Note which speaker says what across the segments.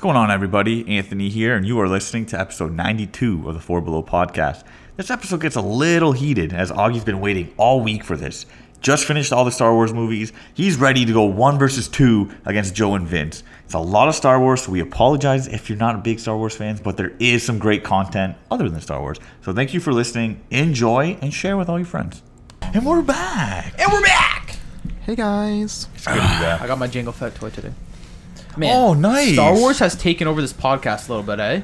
Speaker 1: going on, everybody? Anthony here, and you are listening to episode 92 of the Four Below podcast. This episode gets a little heated as Augie's been waiting all week for this. Just finished all the Star Wars movies. He's ready to go one versus two against Joe and Vince. It's a lot of Star Wars, so we apologize if you're not big Star Wars fans, but there is some great content other than Star Wars. So thank you for listening. Enjoy and share with all your friends. And we're back.
Speaker 2: And we're back!
Speaker 3: Hey guys.
Speaker 2: I got my Jango Fett toy today.
Speaker 1: Oh, nice.
Speaker 2: Star Wars has taken over this podcast a little bit, eh?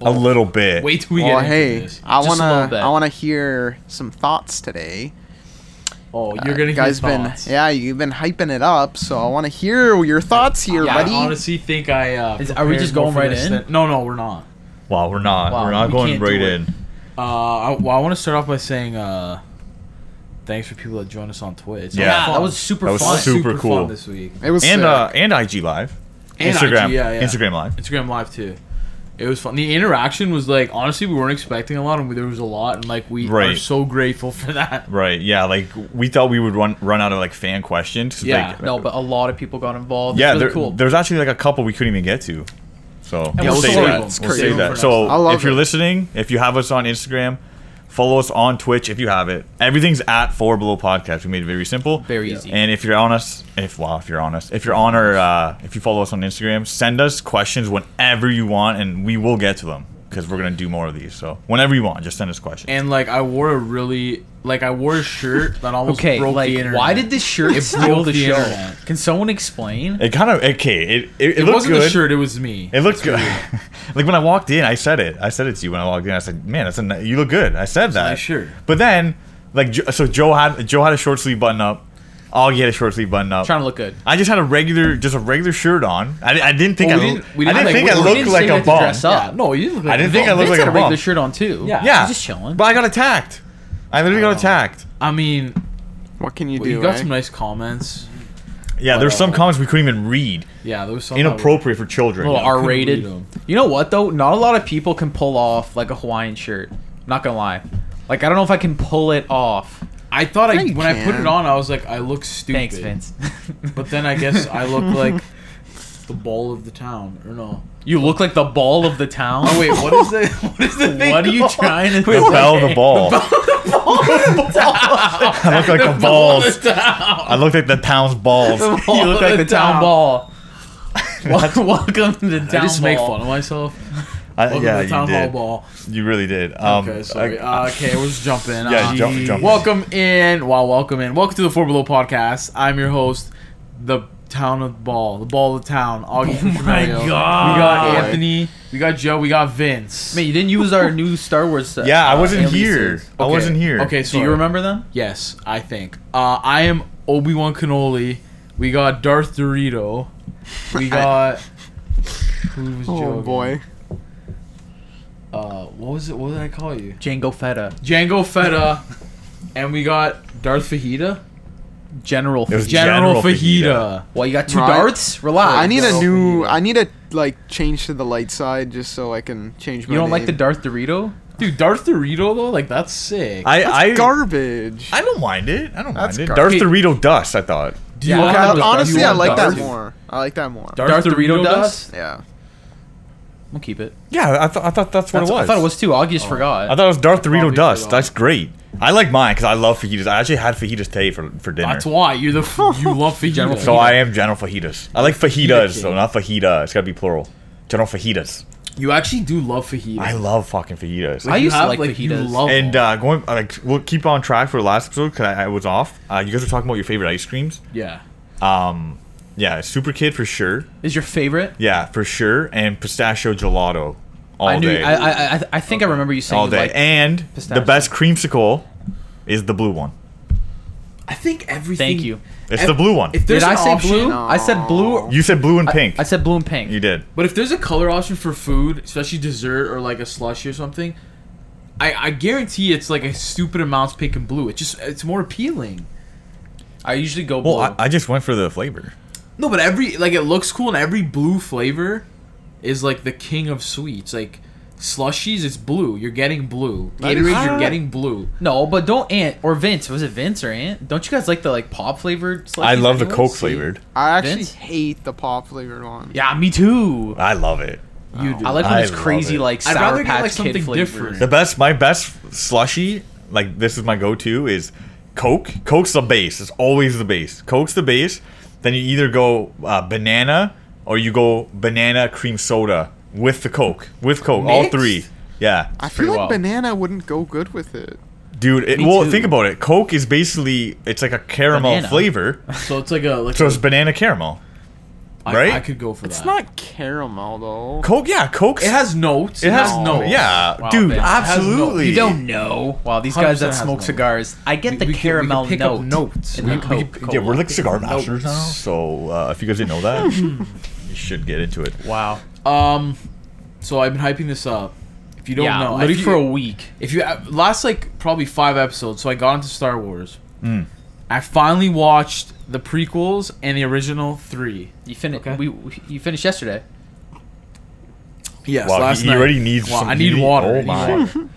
Speaker 1: A little bit.
Speaker 2: Wait till we
Speaker 3: Well,
Speaker 2: get into
Speaker 3: hey,
Speaker 2: this.
Speaker 3: I
Speaker 2: Just a little
Speaker 3: wanna
Speaker 2: bit.
Speaker 3: I wanna hear some thoughts today.
Speaker 2: Oh, you're gonna
Speaker 3: You
Speaker 2: get
Speaker 3: guys been
Speaker 2: thoughts.
Speaker 3: yeah, you've been hyping it up, so I wanna hear your thoughts here,
Speaker 4: Yeah,
Speaker 3: buddy.
Speaker 4: I honestly think I. Uh,
Speaker 2: Is- are we
Speaker 4: prepared
Speaker 2: just
Speaker 4: more
Speaker 2: going
Speaker 4: for
Speaker 2: right
Speaker 4: this
Speaker 2: in?
Speaker 4: than- no, no, we're not.
Speaker 1: Wow, we're not.
Speaker 2: Wow,
Speaker 1: we're not
Speaker 2: we
Speaker 1: going
Speaker 2: can't
Speaker 1: right
Speaker 2: do it.
Speaker 1: in.
Speaker 4: Uh, I, well, I want to start off by saying uh, thanks for people that joined us on Twitch.
Speaker 1: Yeah.
Speaker 2: Yeah, that was super
Speaker 1: That was
Speaker 2: fun.
Speaker 1: super cool.
Speaker 4: fun this week.
Speaker 3: it was
Speaker 1: and
Speaker 3: sick.
Speaker 1: uh, and IG Live,
Speaker 4: And
Speaker 1: Instagram,
Speaker 4: IG, yeah, yeah.
Speaker 1: Instagram Live.
Speaker 4: Instagram Live too. It was fun. The interaction was like honestly, we weren't expecting a lot, and we, there was a lot, and like we are
Speaker 1: Right.
Speaker 4: so grateful for that.
Speaker 1: Right? Yeah, like we thought we would run run out of like fan questions. 'cause,
Speaker 4: Yeah,
Speaker 1: like,
Speaker 2: No, but a lot of people got involved.
Speaker 1: yeah.
Speaker 2: it's really
Speaker 1: there,
Speaker 2: cool.
Speaker 1: there's actually like a couple we couldn't even get to. So
Speaker 4: we'll
Speaker 1: we'll
Speaker 4: save
Speaker 1: save
Speaker 4: them.
Speaker 1: that. We'll
Speaker 4: It's
Speaker 1: save
Speaker 4: crazy.
Speaker 1: that. So
Speaker 3: I love
Speaker 1: if you're
Speaker 3: it.
Speaker 1: listening, if you have us on Instagram, follow us on Twitch if you have it. Everything's at Four Below Podcast. We made it very simple,
Speaker 2: Very easy.
Speaker 1: And if you're on us, if wow, if you're on us, if you're on our, uh, if you follow us on Instagram, send us questions whenever you want, and we will get to them because we're gonna do more of these. So whenever you want, just send us questions.
Speaker 4: And like I wore a really like I wore a shirt that almost
Speaker 2: okay,
Speaker 4: broke
Speaker 2: like
Speaker 4: the internet.
Speaker 2: why did this shirt
Speaker 4: It
Speaker 2: steal
Speaker 4: broke
Speaker 2: the,
Speaker 4: the
Speaker 2: show?
Speaker 4: internet.
Speaker 2: Can someone explain?
Speaker 1: It kind of okay. It it, it,
Speaker 4: it,
Speaker 1: looked
Speaker 4: wasn't
Speaker 1: good.
Speaker 4: the shirt? It was me.
Speaker 1: It looked good. like when I walked in, I said it. I said it to you when I walked in. I said, "Man, that's a ni- you look good." I said that.
Speaker 4: nice shirt.
Speaker 1: But then, like, Jo- so Joe had Joe had a short sleeve button up. Augie had a short sleeve button up.
Speaker 2: Trying to look good.
Speaker 1: I just had a regular, just a regular shirt on. I, di- I didn't think
Speaker 2: Well,
Speaker 1: I,
Speaker 2: we
Speaker 1: lo-
Speaker 2: didn't- we
Speaker 1: I didn't
Speaker 2: didn't- like,
Speaker 1: think
Speaker 2: we-
Speaker 1: I
Speaker 2: we
Speaker 1: looked
Speaker 2: didn't
Speaker 1: like a
Speaker 2: say that to
Speaker 1: bum.
Speaker 2: dress up.
Speaker 4: Yeah, no, you look like
Speaker 1: I didn't think I
Speaker 2: Vince
Speaker 1: looked like
Speaker 2: had
Speaker 1: a
Speaker 2: a regular
Speaker 1: bum.
Speaker 2: shirt on too.
Speaker 4: Yeah.
Speaker 1: Yeah,
Speaker 2: He's just chilling. Oh,
Speaker 1: But I got attacked. I literally got attacked.
Speaker 4: I mean,
Speaker 3: what can you
Speaker 4: well,
Speaker 3: do?
Speaker 4: you got
Speaker 3: eh?
Speaker 4: some nice comments.
Speaker 1: Yeah, there's
Speaker 2: Oh.
Speaker 1: some comments we couldn't even read.
Speaker 4: Yeah, there was some that were-
Speaker 1: Inappropriate for children.
Speaker 2: little
Speaker 4: couldn't
Speaker 2: R-rated.
Speaker 4: read 'em.
Speaker 2: You know what though? Not a lot of people can pull off like a Hawaiian shirt. Not gonna lie. Like I don't know if I can pull it off.
Speaker 4: I thought
Speaker 3: Yeah,
Speaker 4: I
Speaker 3: you
Speaker 4: when I put
Speaker 3: can.
Speaker 4: it on, I was like, I look stupid.
Speaker 2: Thanks, Vince.
Speaker 4: But then I guess I look like the ball of the town, or no?
Speaker 2: you look like the ball of the town.
Speaker 4: Oh wait, what is the what is the thing?
Speaker 2: what are you
Speaker 4: called?
Speaker 2: trying to
Speaker 1: the bell of the ball. I looked like the balls.
Speaker 4: The town.
Speaker 1: I looked like the town's balls.
Speaker 2: You look like the town ball. Wel- Welcome to the
Speaker 4: I
Speaker 2: town
Speaker 4: just make
Speaker 2: ball.
Speaker 4: fun of myself.
Speaker 1: I,
Speaker 4: Welcome
Speaker 1: yeah,
Speaker 4: to the town
Speaker 1: you
Speaker 4: hall
Speaker 1: did.
Speaker 4: ball.
Speaker 1: You really did. Um,
Speaker 4: Okay, sorry.
Speaker 1: I-
Speaker 4: Uh, okay, we'll just jump in.
Speaker 1: Yeah,
Speaker 4: Uh,
Speaker 1: jump- jump in.
Speaker 4: Welcome in. Wow, welcome in. Welcome to the Four Below podcast. I'm your host, the town of ball, the ball of the town. Augie oh
Speaker 2: my
Speaker 4: We
Speaker 2: God.
Speaker 4: got Anthony. We got Joe. We got Vince.
Speaker 2: Man, you didn't use our new Star Wars. Uh,
Speaker 1: yeah, I wasn't
Speaker 2: uh,
Speaker 1: here.
Speaker 2: releases.
Speaker 1: I
Speaker 4: Okay,
Speaker 1: wasn't here.
Speaker 4: Okay,
Speaker 2: Do
Speaker 4: so
Speaker 2: you remember them?
Speaker 4: Yes, I think. Uh, I am Obi Wan Kenobi. We got Darth Dorito. We got. who was Joe?
Speaker 3: Oh
Speaker 4: again?
Speaker 3: boy.
Speaker 4: Uh, what was it? What did I call you?
Speaker 2: Django Feta,
Speaker 4: Django Feta, and we got Darth Fajita.
Speaker 2: General.
Speaker 1: It was
Speaker 2: Feta.
Speaker 4: General,
Speaker 1: General
Speaker 4: Fajita.
Speaker 2: well, you got two
Speaker 3: Right.
Speaker 2: darts. Relax.
Speaker 3: I need a
Speaker 4: so-
Speaker 3: new uh, I need to like change to the light side just so I can change my
Speaker 2: You don't like the
Speaker 3: name.
Speaker 2: Darth Dorito?
Speaker 4: Dude, Darth Dorito though, like that's sick.
Speaker 1: I I,
Speaker 3: garbage.
Speaker 1: I don't mind it. I don't
Speaker 3: That's
Speaker 1: mind it.
Speaker 3: gar-
Speaker 1: Darth
Speaker 2: Okay.
Speaker 1: Dorito dust. I thought.
Speaker 4: Do you
Speaker 2: Yeah,
Speaker 4: want
Speaker 3: Okay,
Speaker 2: I
Speaker 4: Darth-
Speaker 3: honestly
Speaker 4: you
Speaker 3: I
Speaker 4: want
Speaker 3: like
Speaker 4: Darth-
Speaker 3: that more. I like that more.
Speaker 4: Darth,
Speaker 2: Darth Dorito
Speaker 4: Dorito
Speaker 2: does?
Speaker 4: does.
Speaker 3: Yeah.
Speaker 2: We'll keep it.
Speaker 1: Yeah, I, th- I thought that's what
Speaker 2: That's-
Speaker 1: it was. Oh.
Speaker 2: I thought it was too. Augie just forgot.
Speaker 1: I thought it was Darth Dorito
Speaker 4: Probably
Speaker 1: dust.
Speaker 4: forgot.
Speaker 1: That's great. I like mine because I love fajitas. I actually had fajitas today for, for dinner.
Speaker 4: That's why you're the f- you love Fajita.
Speaker 2: General
Speaker 1: so I am General Fajitas. I like
Speaker 4: Fajita
Speaker 1: fajitas
Speaker 4: king.
Speaker 1: though, not fajita. It's gotta be plural. General Fajitas.
Speaker 4: you actually do love Fajita.
Speaker 1: I love fucking fajitas.
Speaker 2: I
Speaker 4: You
Speaker 2: used to
Speaker 4: have,
Speaker 2: like
Speaker 4: you
Speaker 2: fajitas.
Speaker 4: love
Speaker 1: and
Speaker 4: them.
Speaker 1: uh, going like we'll keep on track for the last episode because I, I was off. Uh, you guys were talking about your favorite ice creams.
Speaker 4: yeah.
Speaker 1: Um, yeah, Super Kid for sure.
Speaker 2: Is your favorite?
Speaker 1: Yeah, for sure. And pistachio gelato all
Speaker 2: I knew.
Speaker 1: day.
Speaker 2: I, I I I think I remember you saying
Speaker 1: all
Speaker 2: you
Speaker 1: day.
Speaker 2: liked-
Speaker 1: and
Speaker 2: pistachio.
Speaker 1: the best creamsicle is the blue one.
Speaker 4: I think everything.
Speaker 2: Thank you.
Speaker 1: It's
Speaker 4: Ev-
Speaker 1: the blue one.
Speaker 4: If
Speaker 2: Did
Speaker 4: there's
Speaker 2: I
Speaker 4: an
Speaker 2: say
Speaker 4: option,
Speaker 2: blue? I said blue.
Speaker 1: you said blue and
Speaker 2: I-
Speaker 1: pink.
Speaker 2: I, said blue and pink.
Speaker 1: you did.
Speaker 4: But if there's a color option for food, especially dessert or like a slushy or something, I, I guarantee it's like a stupid amount of pink and blue. It just it's more appealing.
Speaker 2: I usually go blue.
Speaker 1: Well, I, I just went for the flavor.
Speaker 4: No, but every like it looks cool, and every blue flavor is like the king of sweets. Like slushies, it's blue. You're getting blue.
Speaker 3: I
Speaker 4: Gatorade,
Speaker 3: don't
Speaker 4: you're
Speaker 3: know.
Speaker 4: getting blue.
Speaker 2: No, but don't Ant or Vince. Was it Vince or Ant? Don't you guys like the like pop flavored?
Speaker 1: I
Speaker 2: slushies
Speaker 1: love the
Speaker 2: anyways?
Speaker 1: Coke flavored.
Speaker 3: I actually
Speaker 2: Vince?
Speaker 3: hate the pop flavored one.
Speaker 2: Yeah, me too.
Speaker 1: I love it.
Speaker 4: You do.
Speaker 2: I like when
Speaker 1: I
Speaker 2: it's
Speaker 1: love
Speaker 2: crazy
Speaker 1: it.
Speaker 2: like
Speaker 4: I'd
Speaker 2: sour
Speaker 4: rather get,
Speaker 2: patch
Speaker 4: like,
Speaker 2: kid
Speaker 4: something
Speaker 2: flavors.
Speaker 4: different.
Speaker 1: The best, my best slushy, like this is my go-to is Coke. Coke's the base. It's always the base. Coke's the base. Then you either go uh, banana or you go banana cream soda with the Coke. With Coke, all
Speaker 4: Mixed?
Speaker 1: three. Yeah,
Speaker 3: I feel
Speaker 2: pretty
Speaker 3: like
Speaker 2: wild.
Speaker 3: banana wouldn't go good with it.
Speaker 1: dude. It,
Speaker 2: Me
Speaker 1: well,
Speaker 2: too.
Speaker 1: think about it. Coke is basically it's like a caramel
Speaker 2: Banana.
Speaker 1: flavor,
Speaker 4: so it's like a like
Speaker 1: so it's banana caramel.
Speaker 4: I,
Speaker 1: right?
Speaker 4: I could go for that.
Speaker 3: It's not caramel though.
Speaker 1: Coke, yeah, Coke.
Speaker 4: It has notes.
Speaker 1: It has
Speaker 3: No.
Speaker 1: no. Yeah,
Speaker 2: Wow,
Speaker 1: dude,
Speaker 2: man. It has
Speaker 4: no-
Speaker 1: absolutely.
Speaker 2: You don't know. Wow, these guys
Speaker 4: 100%
Speaker 2: that
Speaker 4: has
Speaker 2: smoke
Speaker 4: no.
Speaker 2: cigars, I get
Speaker 4: We-
Speaker 2: the
Speaker 4: we could- we could
Speaker 2: caramel
Speaker 4: pick up
Speaker 2: note.
Speaker 4: notes.
Speaker 2: in the
Speaker 4: We- we
Speaker 2: Coke.
Speaker 4: could-
Speaker 2: Cola.
Speaker 1: Yeah, we're like cigar
Speaker 4: Notes.
Speaker 1: masters now, so uh, if you guys didn't know that, you should get into it.
Speaker 2: wow.
Speaker 4: Um, so I've been hyping this up. If you don't
Speaker 2: yeah,
Speaker 4: know,
Speaker 2: literally
Speaker 4: if you,
Speaker 2: for a week.
Speaker 4: if you uh, last like probably five episodes, so I got into Star Wars.
Speaker 1: Mm.
Speaker 4: I finally watched the prequels and the original three.
Speaker 2: You finished.
Speaker 4: Okay.
Speaker 2: We, we you finished yesterday.
Speaker 4: Yes,
Speaker 1: Wow,
Speaker 4: last
Speaker 1: he, he
Speaker 4: night.
Speaker 1: already needs.
Speaker 4: Wow,
Speaker 1: some,
Speaker 4: I need
Speaker 1: he-
Speaker 4: water. I
Speaker 1: Oh
Speaker 4: need
Speaker 1: my!
Speaker 4: water.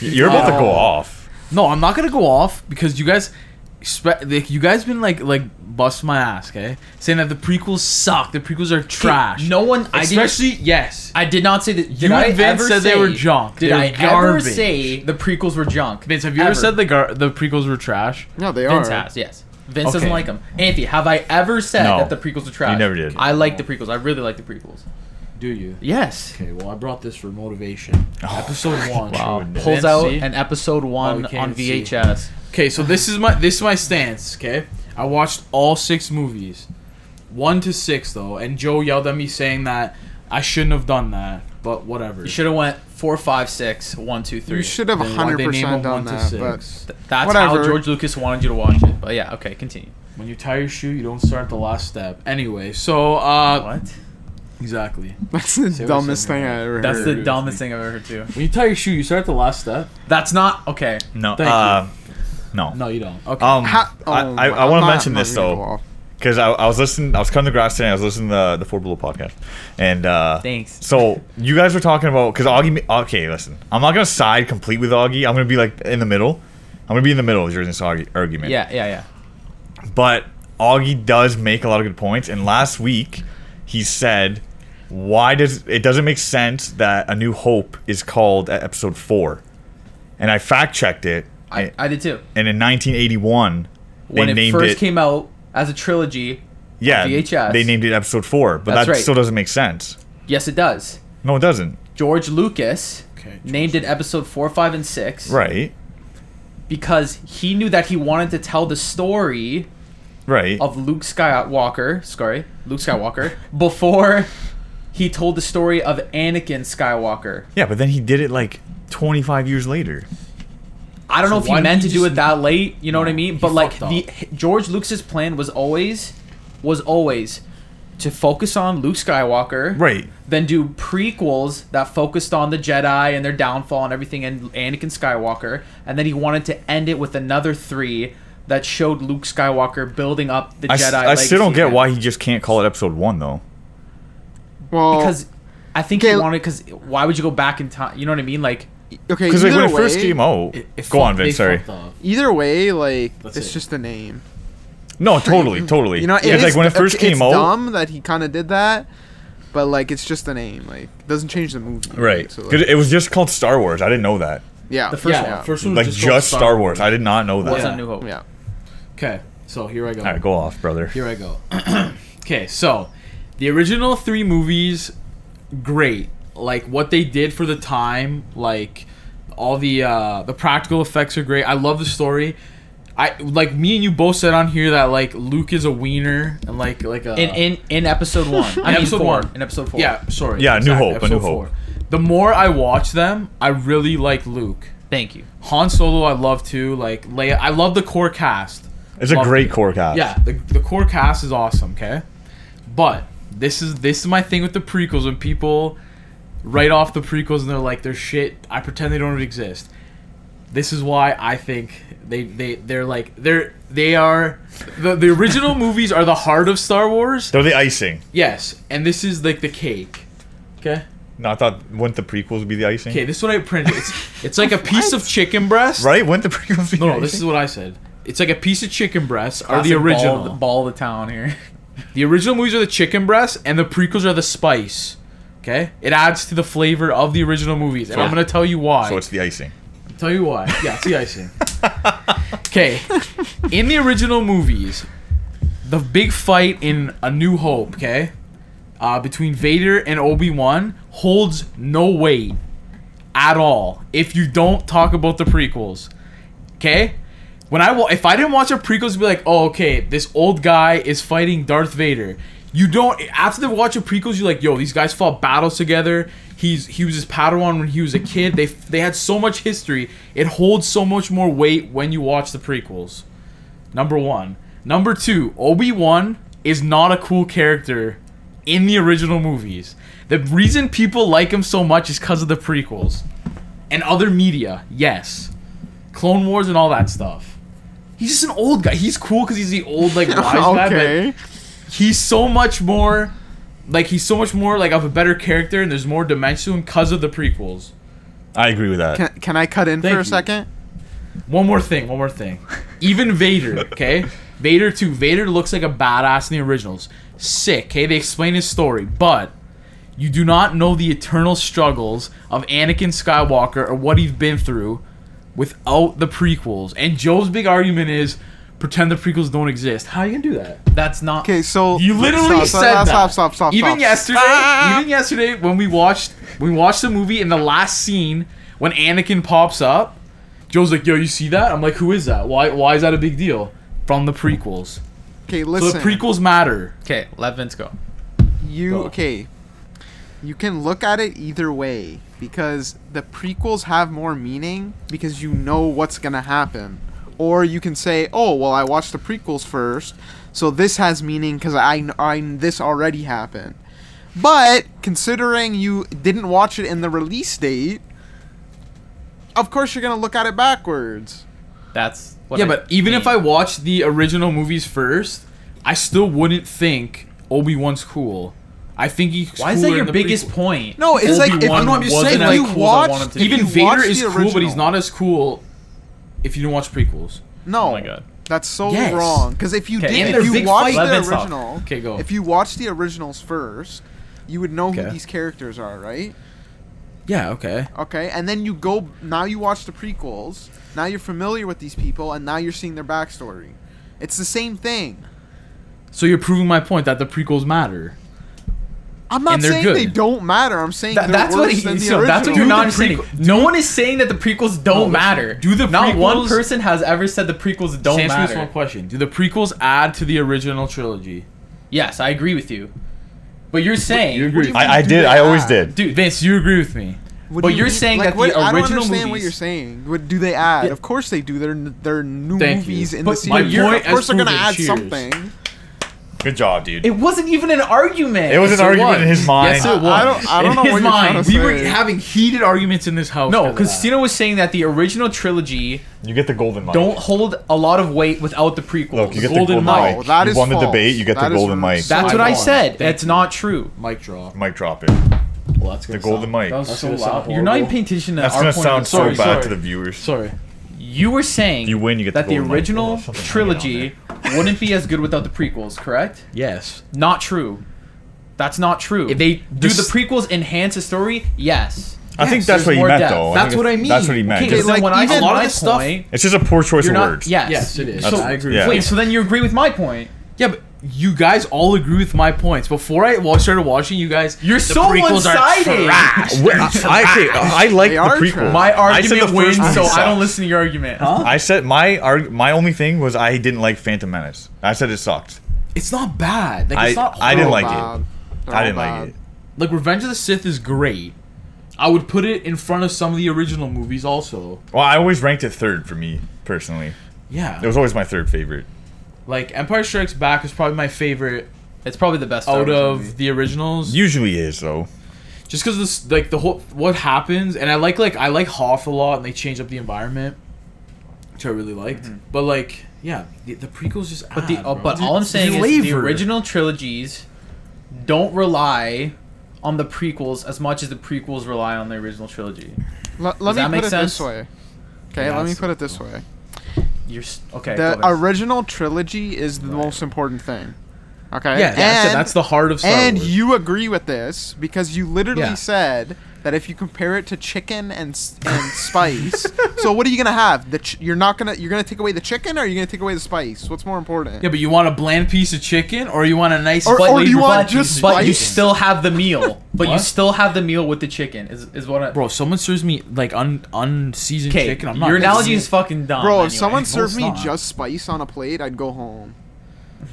Speaker 1: You're about to go
Speaker 4: Oh.
Speaker 1: off.
Speaker 4: no, I'm not gonna go off because you guys, spe- like, you guys been like like bust my ass, okay? Saying that the prequels suck. The prequels are trash.
Speaker 2: No one. I didn't
Speaker 4: especially yes.
Speaker 2: I did not say that. Did
Speaker 4: You
Speaker 2: I
Speaker 4: and Vince
Speaker 2: ever
Speaker 4: said they
Speaker 2: say-
Speaker 4: were junk.
Speaker 2: Did
Speaker 4: They were
Speaker 2: I ever
Speaker 4: garbage.
Speaker 2: say the prequels were junk?
Speaker 4: Vince, have you ever, said the gar- the prequels were trash?
Speaker 3: No, they
Speaker 2: Vince
Speaker 3: are.
Speaker 2: has, yes. Vince
Speaker 4: Okay.
Speaker 2: doesn't like them. Anthony, have I ever said
Speaker 1: No.
Speaker 2: that the prequels are trash?
Speaker 1: You never did.
Speaker 2: I like the prequels. I really like the prequels.
Speaker 4: Do you?
Speaker 2: Yes.
Speaker 4: Okay, well, I brought this for motivation. Episode one.
Speaker 1: Wow. Goodness.
Speaker 2: Pulls
Speaker 4: Vince,
Speaker 2: out
Speaker 4: see?
Speaker 2: an episode one
Speaker 4: Oh, you
Speaker 2: on
Speaker 4: can't see.
Speaker 2: VHS.
Speaker 4: Okay, so this is my this is my stance. Okay, I watched all six movies, one to six though, and Joe yelled at me saying that I shouldn't have done that, but whatever.
Speaker 2: You should have went four, five, six, one, two, three.
Speaker 3: You should have
Speaker 4: They- why they
Speaker 3: hundred
Speaker 4: name
Speaker 3: percent
Speaker 4: them
Speaker 3: done
Speaker 4: one to
Speaker 3: that,
Speaker 4: six?
Speaker 3: but
Speaker 2: Th- That's how
Speaker 3: Whatever.
Speaker 2: George Lucas wanted you to watch it. But yeah, okay, continue.
Speaker 4: When you tie your shoe, you don't start at the last step. Anyway, so uh,
Speaker 2: What?
Speaker 4: exactly.
Speaker 3: that's the
Speaker 4: Say what
Speaker 3: dumbest
Speaker 4: something
Speaker 3: thing
Speaker 4: like
Speaker 3: I ever
Speaker 2: That's
Speaker 3: heard.
Speaker 2: the dumbest thing I've ever heard too.
Speaker 4: When you tie your shoe, you start at the last step.
Speaker 2: That's not okay.
Speaker 1: No,
Speaker 4: Thank
Speaker 1: uh, no.
Speaker 4: No, you don't. Okay.
Speaker 1: Um,
Speaker 3: Ha- oh
Speaker 1: I, I,
Speaker 3: my-
Speaker 1: I want to
Speaker 3: I'm not-
Speaker 1: mention
Speaker 3: I'm not
Speaker 1: this
Speaker 3: gonna go
Speaker 1: though,
Speaker 3: off.
Speaker 1: because I, I was listening. I was cutting the grass today. I was listening to the, the Four Below podcast, and uh,
Speaker 2: Thanks.
Speaker 1: So you guys were talking about because Augie. Okay, listen. I'm not gonna side complete with Augie. I'm gonna be like in the middle. I'm gonna be in the middle during this argu- argument.
Speaker 2: Yeah, yeah, yeah.
Speaker 1: But Augie does make a lot of good points. And last week, he said, "Why does it doesn't make sense that A New Hope is called at episode four? And I fact checked it.
Speaker 2: I, I did too.
Speaker 1: and in 1981, they
Speaker 2: When it
Speaker 1: named
Speaker 2: first
Speaker 1: it.
Speaker 2: came out as a trilogy,
Speaker 1: yeah,
Speaker 2: VHS.
Speaker 1: they named it episode four, but
Speaker 2: That's
Speaker 1: that
Speaker 2: right.
Speaker 1: still doesn't make sense.
Speaker 2: yes, it does.
Speaker 1: No, it doesn't.
Speaker 2: George Lucas
Speaker 4: Okay,
Speaker 2: named it episode four, five, and six
Speaker 1: Right,
Speaker 2: because he knew that he wanted to tell the story
Speaker 1: right.
Speaker 2: of Luke Skywalker, sorry, Luke Skywalker, before he told the story of Anakin Skywalker.
Speaker 1: yeah, but then he did it like 25 years later.
Speaker 2: I don't
Speaker 4: So
Speaker 2: know if he
Speaker 4: why did
Speaker 2: meant
Speaker 4: he
Speaker 2: to do
Speaker 4: just-
Speaker 2: it that late, you know what I mean? But like
Speaker 4: fucked
Speaker 2: the George Lucas's plan was always was always to focus on Luke Skywalker.
Speaker 1: Right.
Speaker 2: Then do prequels that focused on the Jedi and their downfall and everything and Anakin Skywalker, and then he wanted to end it with another 3 that showed Luke Skywalker building up the
Speaker 1: I,
Speaker 2: Jedi.
Speaker 1: s- I still don't
Speaker 2: legacy
Speaker 1: get
Speaker 2: again.
Speaker 1: why he just can't call it episode one though.
Speaker 3: Well,
Speaker 2: because I think
Speaker 3: Okay.
Speaker 2: he wanted because why would you go back in time? You know what I mean? Like
Speaker 3: okay,
Speaker 1: Because like,
Speaker 3: either
Speaker 1: when
Speaker 3: way,
Speaker 1: it first came out,
Speaker 4: It- it
Speaker 1: go on,
Speaker 4: fucked- they
Speaker 1: Vince. Sorry.
Speaker 4: fucked up.
Speaker 3: Either way, like
Speaker 4: That's
Speaker 3: it's
Speaker 4: it.
Speaker 3: just a name.
Speaker 1: No, totally, totally.
Speaker 3: You know,
Speaker 1: Because,
Speaker 3: it's
Speaker 1: like when it first came
Speaker 3: it's
Speaker 1: out,
Speaker 3: dumb that he kind of did that, but like it's just a name. Like doesn't change the movie.
Speaker 1: right?
Speaker 3: So,
Speaker 1: 'Cause
Speaker 3: like,
Speaker 1: it was just called Star Wars. I didn't know that.
Speaker 3: yeah.
Speaker 2: the first
Speaker 4: yeah,
Speaker 2: one.
Speaker 3: yeah.
Speaker 4: first one
Speaker 1: Like
Speaker 4: was just,
Speaker 1: just,
Speaker 4: called
Speaker 1: Star Wars. I did not know that.
Speaker 2: was
Speaker 4: Yeah.
Speaker 2: not New Hope.
Speaker 3: Yeah.
Speaker 4: Okay, so here I go.
Speaker 1: All right, go off, brother.
Speaker 4: Here I go. okay, so the original three movies, great. Like what they did for the time, like all the uh, the practical effects are great. I love the story. I like me and you both said on here that like Luke is a wiener and like like a
Speaker 2: In in in episode one. I mean,
Speaker 4: episode
Speaker 2: four.
Speaker 4: one.
Speaker 2: In episode four.
Speaker 4: yeah sorry
Speaker 1: Yeah, New Hope, A
Speaker 4: episode
Speaker 1: New Hope.
Speaker 4: four. The more I watch them, I really like Luke.
Speaker 2: Thank you.
Speaker 4: Han Solo, I love too. Like Leia, I love the core cast.
Speaker 1: It's a
Speaker 4: Love
Speaker 1: great
Speaker 4: it.
Speaker 1: core cast.
Speaker 4: Yeah, the, the core cast is awesome, okay? But this is this is my thing with the prequels when people write off the prequels and they're like they're shit. I pretend they don't exist. This is why I think they they they're like they're they are the the original movies are the heart of Star Wars.
Speaker 1: They're the icing.
Speaker 4: Yes, and this is like the cake. Okay?
Speaker 1: No, I thought wouldn't the prequels be the icing?
Speaker 4: Okay, this is what I printed. It's, it's like a piece of chicken breast.
Speaker 1: Right? Wouldn't the prequels be
Speaker 4: No,
Speaker 1: the
Speaker 4: no, this
Speaker 1: icing?
Speaker 4: is what I said. It's like a piece of chicken breast are
Speaker 2: Classic
Speaker 4: the
Speaker 2: ball-
Speaker 4: original.
Speaker 2: ball, of the town here.
Speaker 4: The original movies are the chicken breast, and the prequels are the spice. Okay, it adds to the flavor of the original movies, and
Speaker 1: So-
Speaker 4: I'm gonna tell you why.
Speaker 1: so it's the icing.
Speaker 4: Tell you why. Yeah, it's the icing. Okay. In the original movies, the big fight in A New Hope, okay? Uh, between Vader and Obi Wan holds no weight at all if you don't talk about the prequels. Okay? When I wa- if I didn't watch the prequels, I'd be like, oh, okay, this old guy is fighting Darth Vader. You don't after the watch of prequels, you're like, yo, these guys fought battles together. He's he was his Padawan when he was a kid. They they had so much history. It holds so much more weight when you watch the prequels. Number one. Number two, Obi Wan is not a cool character in the original movies. The reason people like him so much is because of the prequels and other media. Yes, Clone Wars and all that stuff. He's just an old guy. He's cool because he's the old like wise guy. But
Speaker 3: okay.
Speaker 4: he's so much more like he's so much more like of a better character and there's more dimension to him because of the prequels
Speaker 1: I agree with that.
Speaker 3: Can, can I cut in
Speaker 4: Thank
Speaker 3: for
Speaker 4: you.
Speaker 3: a second?
Speaker 4: one more thing one more thing even vader okay vader too vader looks like a badass in the originals sick okay they explain his story but you do not know the eternal struggles of anakin skywalker or what he's been through without the prequels and joe's big argument is pretend the prequels don't exist how are you gonna do that
Speaker 2: That's not.
Speaker 3: Okay, so
Speaker 4: You
Speaker 3: stop,
Speaker 4: literally
Speaker 3: stop,
Speaker 4: said
Speaker 3: stop,
Speaker 4: that.
Speaker 3: Stop, stop, Ah, stop,
Speaker 4: Even
Speaker 3: stop.
Speaker 4: yesterday, even yesterday when we watched we watched the movie in the last scene when Anakin pops up, Joe's like, "Yo, you see that?" I'm like, "Who is that? Why why is that a big deal?" From the prequels.
Speaker 3: Okay,
Speaker 4: So
Speaker 3: listen.
Speaker 4: the prequels matter.
Speaker 2: Okay, let Vince go.
Speaker 3: You
Speaker 4: Go.
Speaker 3: okay? You can look at it either way because the prequels have more meaning because you know what's gonna happen, or you can say, "Oh, well, I watched the prequels first, so this has meaning because I, kn- I kn- this already happened." But considering you didn't watch it in the release date, of course you're gonna look at it backwards.
Speaker 2: That's what
Speaker 4: yeah,
Speaker 2: I
Speaker 4: but even if I
Speaker 2: mean.
Speaker 4: watched the original movies first, I still wouldn't think Obi-Wan's cool. I think he's
Speaker 2: Why is that
Speaker 4: cooler in
Speaker 2: your
Speaker 4: the
Speaker 2: biggest
Speaker 4: prequel.
Speaker 2: point?
Speaker 3: No, it's like if
Speaker 2: Obi-Wan
Speaker 4: No, I'm just
Speaker 2: wasn't
Speaker 4: saying,
Speaker 2: as
Speaker 4: you
Speaker 2: cool as I want him
Speaker 3: watched-
Speaker 2: to be.
Speaker 4: Even
Speaker 3: If you watch
Speaker 4: Vader is
Speaker 3: the
Speaker 4: cool, but he's
Speaker 3: original-
Speaker 4: not as cool if you didn't watch prequels.
Speaker 3: No.
Speaker 2: Oh my God.
Speaker 3: That's so
Speaker 4: Yes.
Speaker 3: wrong. Because if you
Speaker 2: Okay,
Speaker 3: did,
Speaker 2: and
Speaker 4: their
Speaker 3: if you
Speaker 4: big
Speaker 3: watched
Speaker 4: fight-
Speaker 3: the
Speaker 2: Levin's off.
Speaker 3: original,
Speaker 4: Okay, go.
Speaker 3: If you watch the originals first, you would know
Speaker 4: Okay.
Speaker 3: who these characters are, right?
Speaker 4: Yeah, okay.
Speaker 3: Okay, and then you go. Now you watch the prequels. Now you're familiar with these people, and now you're seeing their backstory. It's the same thing.
Speaker 4: So you're proving my point that the prequels matter.
Speaker 3: I'm not
Speaker 4: And they're
Speaker 3: saying they
Speaker 4: good.
Speaker 3: don't matter. I'm saying
Speaker 2: That-
Speaker 3: they're
Speaker 2: that's
Speaker 3: worse
Speaker 2: what he,
Speaker 3: than the
Speaker 2: so that's
Speaker 3: original.
Speaker 2: what you're
Speaker 4: Do
Speaker 2: not
Speaker 4: the
Speaker 2: saying.
Speaker 4: prequel-
Speaker 2: No one is saying that the prequels
Speaker 4: No,
Speaker 2: don't
Speaker 4: listen,
Speaker 2: matter.
Speaker 4: do the
Speaker 2: not one
Speaker 4: prequels-
Speaker 2: person has ever said the prequels don't
Speaker 4: Sam Smith's
Speaker 2: matter.
Speaker 4: one question: Do the prequels add to the original trilogy?
Speaker 2: Yes, I agree with you, but you're saying,
Speaker 4: agree?
Speaker 3: do you
Speaker 1: I, I
Speaker 3: Do
Speaker 1: did.
Speaker 3: they
Speaker 1: I always
Speaker 3: add?
Speaker 1: did.
Speaker 4: Dude, Vince, you agree with me?
Speaker 3: What
Speaker 2: but
Speaker 3: do you
Speaker 2: you're
Speaker 3: mean?
Speaker 2: saying
Speaker 3: Like,
Speaker 2: that
Speaker 3: what,
Speaker 2: the
Speaker 3: I don't
Speaker 2: original
Speaker 3: understand what
Speaker 2: movies-
Speaker 3: you're saying. What do they add?
Speaker 2: Yeah.
Speaker 3: Of course they do. They're n- they're new
Speaker 4: Thank you.
Speaker 3: movies in
Speaker 4: But
Speaker 3: the
Speaker 4: my
Speaker 3: series. Of
Speaker 4: point as
Speaker 3: course they're gonna
Speaker 4: proven.
Speaker 3: add
Speaker 4: Cheers.
Speaker 3: something.
Speaker 1: Good job, dude.
Speaker 2: it wasn't even an argument.
Speaker 1: It was
Speaker 4: Yes,
Speaker 1: an
Speaker 4: it
Speaker 1: argument
Speaker 4: was.
Speaker 1: in his mind.
Speaker 4: Yes, it was.
Speaker 3: I don't. I
Speaker 2: In
Speaker 3: don't know
Speaker 2: his
Speaker 3: what you're trying
Speaker 2: mind,
Speaker 3: to
Speaker 4: We were
Speaker 3: say.
Speaker 4: having heated arguments in this house.
Speaker 2: no,
Speaker 4: of that.
Speaker 2: Christina was saying that the original trilogy
Speaker 1: You get the golden mic.
Speaker 2: don't hold a lot of weight without the prequels.
Speaker 1: Look, you get the golden
Speaker 4: golden mic.
Speaker 1: mic.
Speaker 3: No, that
Speaker 1: you
Speaker 3: is
Speaker 1: won the
Speaker 3: false.
Speaker 1: debate. You get
Speaker 3: That
Speaker 1: the
Speaker 3: is
Speaker 1: golden mic.
Speaker 3: false.
Speaker 2: That's
Speaker 4: I
Speaker 2: what I
Speaker 4: won.
Speaker 2: said.
Speaker 4: Thank
Speaker 2: That's
Speaker 4: you.
Speaker 2: not true.
Speaker 4: mic drop.
Speaker 1: mic drop it.
Speaker 4: Well, that's
Speaker 1: The golden mic.
Speaker 4: That was
Speaker 1: That's
Speaker 4: so loud.
Speaker 2: You're not even paying attention to
Speaker 1: That's
Speaker 2: our
Speaker 1: gonna
Speaker 2: point of
Speaker 1: sound
Speaker 2: view.
Speaker 1: so
Speaker 2: Sorry,
Speaker 1: bad
Speaker 2: sorry.
Speaker 1: to the viewers.
Speaker 4: Sorry.
Speaker 2: You were saying
Speaker 1: You win, you get the
Speaker 2: that the
Speaker 1: golden mic.
Speaker 2: original
Speaker 1: There's something hanging out
Speaker 2: trilogy wouldn't be as good without the prequels, correct?
Speaker 4: Yes.
Speaker 2: Not true. That's not true.
Speaker 4: If they-
Speaker 2: do the
Speaker 4: this-
Speaker 2: prequels enhance the story, yes.
Speaker 1: I think that's
Speaker 2: Yes, there's
Speaker 1: what he
Speaker 2: more
Speaker 1: meant,
Speaker 2: depth.
Speaker 1: though.
Speaker 4: That's
Speaker 1: think
Speaker 4: what I
Speaker 1: it's-
Speaker 4: mean.
Speaker 1: That's what he meant.
Speaker 2: Okay,
Speaker 3: Okay,
Speaker 1: It's-
Speaker 2: so
Speaker 3: like,
Speaker 2: when I
Speaker 3: even-
Speaker 2: said
Speaker 3: a lot
Speaker 4: of
Speaker 2: my
Speaker 4: this stuff-
Speaker 2: point,
Speaker 1: it's just a poor choice
Speaker 2: you're
Speaker 1: of
Speaker 2: not.
Speaker 1: words.
Speaker 2: Yes.
Speaker 4: Yes, it is.
Speaker 1: That's-
Speaker 2: So,
Speaker 1: I agree. Yeah.
Speaker 2: Wait, so then you agree with my point?
Speaker 4: Yeah, but you guys all agree with my points. Before I wa- started watching, you guys,
Speaker 2: You're so one-sided.
Speaker 1: Well, I, okay, I like
Speaker 3: They
Speaker 1: the
Speaker 3: are
Speaker 1: prequel.
Speaker 3: trash.
Speaker 2: My
Speaker 1: I said the
Speaker 2: argument wins,
Speaker 1: first movie
Speaker 2: so I don't
Speaker 1: sucked.
Speaker 2: listen to your argument.
Speaker 1: I said my arg- my only thing was I didn't like Phantom Menace. I said it sucked.
Speaker 4: It's not bad. Like
Speaker 1: I
Speaker 4: it's not.
Speaker 1: I didn't
Speaker 3: all
Speaker 1: like
Speaker 3: bad.
Speaker 1: it.
Speaker 3: They're
Speaker 1: I
Speaker 3: all
Speaker 1: didn't
Speaker 3: bad.
Speaker 1: like it.
Speaker 4: like Revenge of the Sith is great. I would put it in front of some of the original movies also.
Speaker 1: Well, I always ranked it third for me personally.
Speaker 4: Yeah.
Speaker 1: It was always my third favorite.
Speaker 4: like Empire Strikes Back is probably my favorite
Speaker 2: It's probably the best Star
Speaker 4: out
Speaker 2: Wars
Speaker 4: of
Speaker 2: movie.
Speaker 4: the originals.
Speaker 1: Usually is though.
Speaker 4: Just cuz this like the whole what happens and I like like I like Hoth a lot and they change up the environment, which I really liked. But like yeah, the, the prequels just
Speaker 2: Mm-hmm. But the
Speaker 4: add,
Speaker 2: uh,
Speaker 4: bro.
Speaker 2: but all I'm saying is the
Speaker 4: Flavor.
Speaker 2: original trilogies don't rely on the prequels as much as the prequels rely on the original trilogy.
Speaker 3: L- let me
Speaker 2: that
Speaker 3: put
Speaker 2: make
Speaker 3: it
Speaker 2: sense?
Speaker 3: this way. Okay,
Speaker 2: Yeah,
Speaker 3: let me
Speaker 2: it's-
Speaker 3: put it this way.
Speaker 2: You're s- okay.
Speaker 3: The
Speaker 2: go ahead.
Speaker 3: original trilogy is the most important thing. Okay.
Speaker 4: Yeah, yeah, I said
Speaker 3: And-
Speaker 4: that's the heart of Star
Speaker 3: and
Speaker 4: Wars.
Speaker 3: you agree with this because you literally
Speaker 4: Yeah.
Speaker 3: said that if you compare it to chicken and s- and spice, so what are you gonna have? The ch- you're not gonna you're gonna take away the chicken or you're gonna take away the spice? What's more important?
Speaker 4: yeah, but you want a bland piece of chicken or you want a nice
Speaker 3: Or- or
Speaker 4: flavorful
Speaker 3: do you want
Speaker 4: piece
Speaker 3: just
Speaker 4: of
Speaker 2: but you
Speaker 3: spice?
Speaker 4: chicken?
Speaker 2: still have the meal. But you
Speaker 4: What?
Speaker 2: still have the meal with the chicken. Is is what I
Speaker 4: Bro, if someone serves me like un unseasoned
Speaker 2: Okay,
Speaker 4: chicken. I'm not
Speaker 2: your
Speaker 4: gonna
Speaker 2: analogy
Speaker 4: eat
Speaker 2: is
Speaker 4: it.
Speaker 2: fucking dumb.
Speaker 3: Bro,
Speaker 2: anyway.
Speaker 3: if someone served
Speaker 4: it's
Speaker 3: me
Speaker 4: not.
Speaker 3: just spice on a plate, I'd go home.
Speaker 4: bro.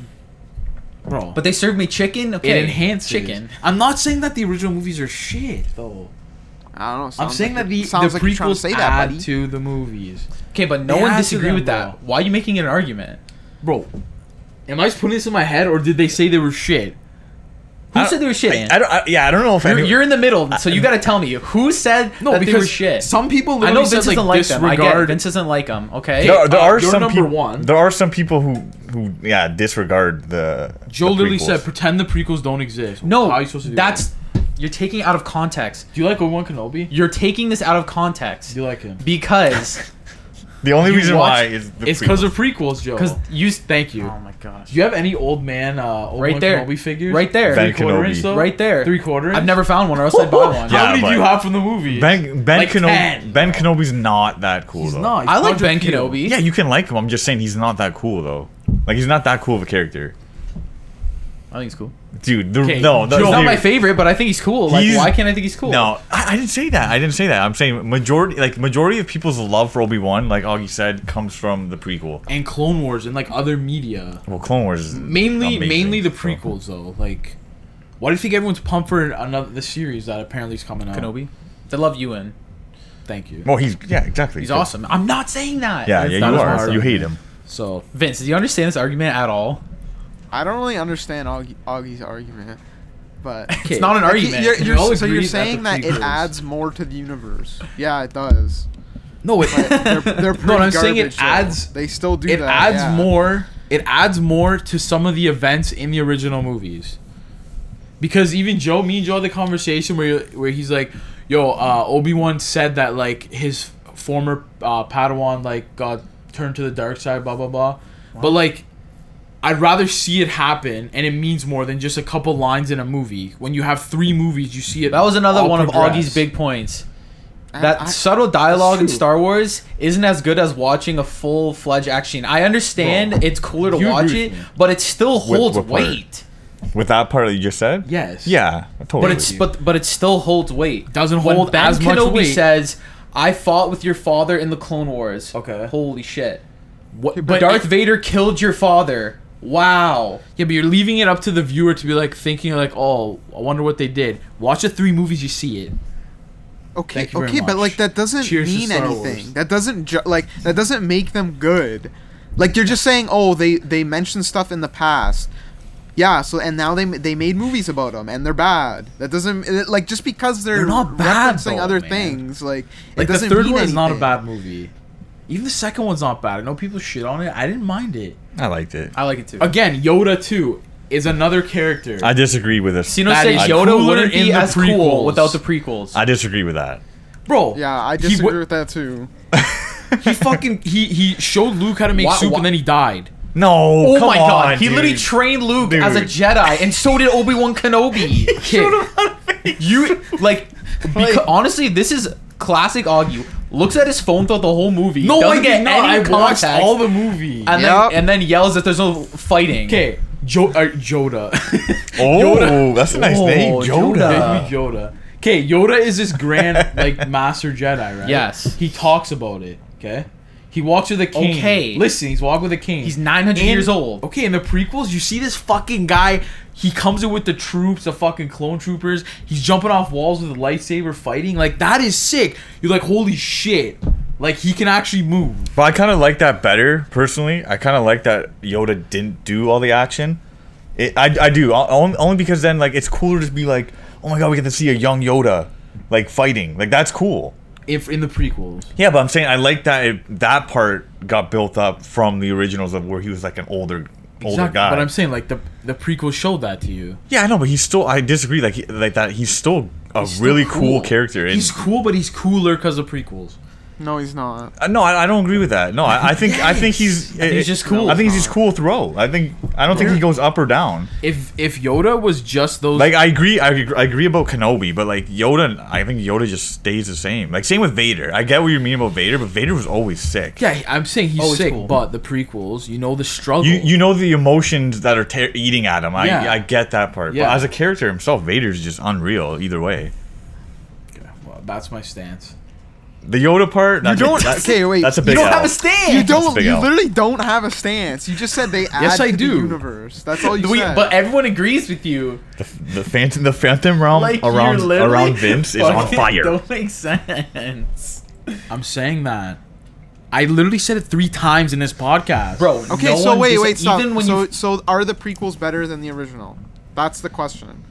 Speaker 2: but they served me chicken. Okay,
Speaker 4: it enhances
Speaker 2: chicken.
Speaker 4: I'm not saying that the original movies are shit though.
Speaker 3: I don't know. sounds
Speaker 4: I'm saying
Speaker 3: like
Speaker 4: that
Speaker 3: you're-
Speaker 4: the,
Speaker 3: sounds
Speaker 4: the
Speaker 3: like you're trying
Speaker 4: prequels
Speaker 3: to say that,
Speaker 4: add
Speaker 3: buddy.
Speaker 4: to the movies,
Speaker 2: Okay, but no
Speaker 4: They
Speaker 2: one
Speaker 4: add to
Speaker 2: disagreed
Speaker 4: them,
Speaker 2: with that. Why are you making an argument?
Speaker 4: bro. Am I just putting this in my head, or did they say they were shit?
Speaker 2: Who
Speaker 1: I don't-
Speaker 2: said they were shit? Ant?
Speaker 1: I, I don't. I, yeah, I don't know if
Speaker 2: you're,
Speaker 1: anyone-
Speaker 2: you're in the middle, so you got to tell me who said
Speaker 4: No,
Speaker 2: that they
Speaker 4: because
Speaker 2: were shit.
Speaker 4: some people
Speaker 2: I
Speaker 4: literally
Speaker 2: know
Speaker 4: said,
Speaker 2: Vince
Speaker 4: like,
Speaker 2: doesn't like them. I get
Speaker 4: disregard-
Speaker 2: Vince doesn't like them. Okay,
Speaker 1: there, are- there
Speaker 4: uh,
Speaker 1: are
Speaker 4: you're
Speaker 1: some
Speaker 4: number
Speaker 1: people.
Speaker 4: one.
Speaker 1: There are some people who who yeah disregard the.
Speaker 4: Joe
Speaker 1: the
Speaker 4: literally
Speaker 1: prequels.
Speaker 4: said, "Pretend the prequels don't exist."
Speaker 2: no,
Speaker 4: how are you supposed to do
Speaker 2: that's
Speaker 4: That?
Speaker 2: you're taking it out of context.
Speaker 4: Do you like Obi Wan Kenobi?
Speaker 2: You're taking this out of context
Speaker 4: Do you like him?
Speaker 2: because
Speaker 1: the only
Speaker 4: you
Speaker 1: reason
Speaker 4: watch-
Speaker 1: why is the
Speaker 4: It's because of prequels, Joe.
Speaker 2: because you.
Speaker 4: Thank you.
Speaker 2: Oh my gosh!
Speaker 4: Do you have any old man uh, old
Speaker 2: Right
Speaker 4: man
Speaker 2: there.
Speaker 4: Kenobi figures?
Speaker 2: Right there.
Speaker 4: Three
Speaker 1: Ben
Speaker 4: quarter inch
Speaker 1: Kenobi.
Speaker 4: though?
Speaker 2: Right there.
Speaker 4: Three quarter inch?
Speaker 2: I've never found one, or else I'd buy one.
Speaker 4: How
Speaker 1: Yeah,
Speaker 4: many do
Speaker 1: but-
Speaker 4: you have from the movie?
Speaker 1: Ben Ben
Speaker 4: Like
Speaker 1: Kenobi.
Speaker 4: 10.
Speaker 1: Ben Kenobi's not that cool
Speaker 4: He's
Speaker 1: though.
Speaker 4: not. He's
Speaker 2: I like Ben
Speaker 4: Poncho Peel.
Speaker 2: Kenobi.
Speaker 1: Yeah, you can like him. I'm just saying he's not that cool though. Like he's not that cool of a character,
Speaker 2: I think he's cool.
Speaker 1: dude. The,
Speaker 4: Okay,
Speaker 1: no, the,
Speaker 4: Joe-
Speaker 2: He's not
Speaker 1: dude,
Speaker 2: my favorite, but I think he's cool. Like,
Speaker 1: He's-
Speaker 2: why can't I think he's cool?
Speaker 1: No, I, I didn't say that. I didn't say that. I'm saying majority, like majority of people's love for Obi Wan, like Augie said, comes from the prequel.
Speaker 4: And Clone Wars and like other media.
Speaker 1: Well, Clone Wars is
Speaker 4: Mainly,
Speaker 1: amazing,
Speaker 4: mainly the
Speaker 1: so.
Speaker 4: prequels though. Like, why do you think everyone's pumped for another the series that apparently is coming out?
Speaker 2: Kenobi. Uh, They love Ewan.
Speaker 4: Thank you.
Speaker 1: Well, he's yeah, exactly.
Speaker 2: He's
Speaker 1: So-
Speaker 2: awesome. I'm not saying that.
Speaker 1: Yeah,
Speaker 2: It's
Speaker 1: yeah,
Speaker 2: not
Speaker 1: you
Speaker 2: as
Speaker 1: are.
Speaker 2: awesome.
Speaker 1: You hate him.
Speaker 4: So
Speaker 2: Vince, do you understand this argument at all?
Speaker 3: I don't really understand Augie, Augie's argument, but
Speaker 2: It's not an
Speaker 3: Like,
Speaker 2: argument.
Speaker 3: You're,
Speaker 4: Can
Speaker 3: you're-
Speaker 4: we all
Speaker 3: so you're
Speaker 4: agree that the
Speaker 3: saying that, it
Speaker 4: prequels-
Speaker 3: adds more to the universe? Yeah, it does.
Speaker 4: no, it,
Speaker 3: But they're, they're pretty
Speaker 4: no. What I'm saying it
Speaker 3: garbage, though.
Speaker 4: adds
Speaker 3: They still do
Speaker 4: it
Speaker 3: that.
Speaker 4: adds
Speaker 3: yeah.
Speaker 4: more it adds more to some of the events in the original movies because even joe me and joe had the conversation where where he's like yo uh, obi-wan said that like his former uh, padawan like got turned to the dark side blah blah blah but like I'd rather see it happen, and it means more than just a couple lines in a movie. When you have three movies, you see it.
Speaker 2: That was another
Speaker 4: all
Speaker 2: one of
Speaker 4: progress.
Speaker 2: Augie's big points.
Speaker 3: I-
Speaker 2: That
Speaker 3: I-
Speaker 2: subtle dialogue in
Speaker 3: Shoot.
Speaker 2: Star Wars isn't as good as watching a full fledged action. I understand
Speaker 4: Bro,
Speaker 2: it's cooler to
Speaker 4: you
Speaker 2: watch
Speaker 4: agree
Speaker 2: it,
Speaker 4: with me.
Speaker 2: but it still holds
Speaker 1: what part?
Speaker 2: weight.
Speaker 1: With that part that you just said.
Speaker 4: Yes.
Speaker 1: Yeah, totally.
Speaker 2: But it's
Speaker 4: you.
Speaker 2: but but it still holds weight.
Speaker 4: Doesn't
Speaker 2: When
Speaker 4: hold
Speaker 2: Ben
Speaker 4: as much
Speaker 2: Kenobi
Speaker 4: weight.
Speaker 2: says, "I fought with your father in the Clone Wars."
Speaker 4: Okay.
Speaker 2: Holy shit!
Speaker 4: What,
Speaker 2: But
Speaker 4: but
Speaker 2: Darth Vader killed your father. Wow.
Speaker 4: Yeah, but you're leaving it up to the viewer to be like thinking like, oh, I wonder what they did. Watch the three movies, you see it.
Speaker 3: Okay,
Speaker 4: Thank you very
Speaker 3: okay, but
Speaker 4: much.
Speaker 3: like that doesn't
Speaker 4: Cheers to
Speaker 3: mean
Speaker 4: Star
Speaker 3: anything.
Speaker 4: Wars.
Speaker 3: That doesn't ju- like that doesn't make them good. Like you're just saying, oh, they they mentioned stuff in the past. Yeah, so and now they ma- they made movies about them and they're bad. That doesn't it- like just because they're,
Speaker 4: They're not bad,
Speaker 3: referencing
Speaker 4: though,
Speaker 3: other
Speaker 4: man.
Speaker 3: things like
Speaker 4: Like
Speaker 3: it
Speaker 4: the
Speaker 3: doesn't
Speaker 4: third
Speaker 3: mean
Speaker 4: one is not a
Speaker 3: anything.
Speaker 4: bad movie. Even the second one's not bad. I know people shit on it. I didn't mind it.
Speaker 1: I liked it.
Speaker 2: I like it too.
Speaker 4: Again, Yoda too is another character.
Speaker 1: I disagree with this.
Speaker 2: Sino
Speaker 4: That
Speaker 2: says
Speaker 4: is
Speaker 2: Yoda
Speaker 4: cooler
Speaker 2: wouldn't
Speaker 4: in
Speaker 2: be
Speaker 4: the
Speaker 2: as cool
Speaker 4: prequels.
Speaker 2: without the prequels.
Speaker 1: I disagree with that.
Speaker 4: Bro,
Speaker 3: Yeah, I
Speaker 4: he
Speaker 3: disagree
Speaker 4: wa-
Speaker 3: with that too.
Speaker 4: He, fucking he he showed Luke how to make
Speaker 2: Why-
Speaker 4: soup
Speaker 2: why-
Speaker 4: and then he died.
Speaker 1: No.
Speaker 2: Oh
Speaker 1: come
Speaker 2: my god,
Speaker 1: on,
Speaker 2: he
Speaker 1: dude.
Speaker 2: literally trained Luke as a
Speaker 1: Dude.
Speaker 2: Jedi, and so did Obi Wan Kenobi. Kid. you like, beca- honestly, this is classic Augie. Looks at his phone throughout the whole movie.
Speaker 4: No,
Speaker 2: doesn't
Speaker 4: I
Speaker 2: get
Speaker 4: did not. I
Speaker 2: any
Speaker 4: watched
Speaker 2: context,
Speaker 4: all the movie.
Speaker 3: Yep.
Speaker 2: and then and then yells that there's no fighting.
Speaker 4: Okay, jo- uh, Yoda.
Speaker 1: Oh, that's a nice
Speaker 2: Oh,
Speaker 1: name, Yoda.
Speaker 2: Yoda.
Speaker 4: Baby Yoda. Okay, Yoda is this grand like master Jedi, right?
Speaker 2: Yes.
Speaker 4: He talks about it. Okay. He walks with a cane.
Speaker 2: Okay.
Speaker 4: Listen, he's walking with a cane.
Speaker 2: He's 900
Speaker 4: And-
Speaker 2: years old.
Speaker 4: Okay, in the prequels, you see this fucking guy. He comes in with the troops, the fucking clone troopers. He's jumping off walls with a lightsaber, fighting. Like that is sick. You're like, holy shit. Like he can actually move.
Speaker 1: But I kind of like that better personally. I kind of like that Yoda didn't do all the action. It, I, I do O- only, only because then like it's cooler to be like, oh my god, we get to see a young Yoda like fighting. Like that's cool.
Speaker 4: If in the prequels,
Speaker 1: Yeah, but I'm saying I like that it, that part got built up from the originals of where he was like an older older guy.
Speaker 4: But I'm saying like the the prequel showed that to you.
Speaker 1: yeah, I know, but he's still. I disagree. Like he, like that, he's still a
Speaker 4: He's still
Speaker 1: really cool. character. And,
Speaker 4: He's cool, but he's cooler because of prequels.
Speaker 3: No, he's not.
Speaker 1: Uh, no, I, I don't agree with that. No, I, I think I think he's
Speaker 4: I think he's just cool.
Speaker 1: I think he's just cool throw. I think I don't think he goes up or down.
Speaker 4: If if Yoda was just those,
Speaker 1: Like I agree, I agree, I agree about Kenobi, but like Yoda, I think Yoda just stays the same. Like same with Vader. I get what you mean about Vader, but Vader was always sick.
Speaker 4: yeah, I'm saying he's
Speaker 2: Oh, it's
Speaker 4: sick,
Speaker 2: cool.
Speaker 4: but the prequels, you know the struggle.
Speaker 1: You you know the emotions that are tear eating at him. I
Speaker 4: Yeah.
Speaker 1: I get that part.
Speaker 4: Yeah.
Speaker 1: But as a character himself, Vader's just unreal either way.
Speaker 4: Okay, well, that's my stance.
Speaker 1: The Yoda part. That's
Speaker 3: don't-
Speaker 1: that's-
Speaker 3: okay, wait.
Speaker 1: That's a
Speaker 3: You
Speaker 1: big.
Speaker 2: You don't
Speaker 1: L.
Speaker 2: have a stand.
Speaker 3: You
Speaker 1: That's
Speaker 3: don't.
Speaker 1: Big
Speaker 3: You
Speaker 1: L.
Speaker 3: literally don't have a stance. You just said they add
Speaker 4: Yes, I
Speaker 3: to
Speaker 4: do.
Speaker 3: the universe. That's all you
Speaker 2: We-
Speaker 3: said.
Speaker 2: but everyone agrees with you.
Speaker 1: The, the phantom. The phantom realm
Speaker 2: Like
Speaker 1: Um, around
Speaker 2: you're literally
Speaker 1: around Vince is on
Speaker 2: fucking
Speaker 1: fire.
Speaker 2: Don't make sense,
Speaker 4: I'm saying that. I literally said it three times in this podcast,
Speaker 2: bro.
Speaker 3: okay,
Speaker 2: no
Speaker 3: so
Speaker 2: one
Speaker 3: wait,
Speaker 2: dis-
Speaker 3: wait, stop.
Speaker 2: Even when
Speaker 3: so,
Speaker 2: you,
Speaker 3: so are the prequels better than the original? That's the question.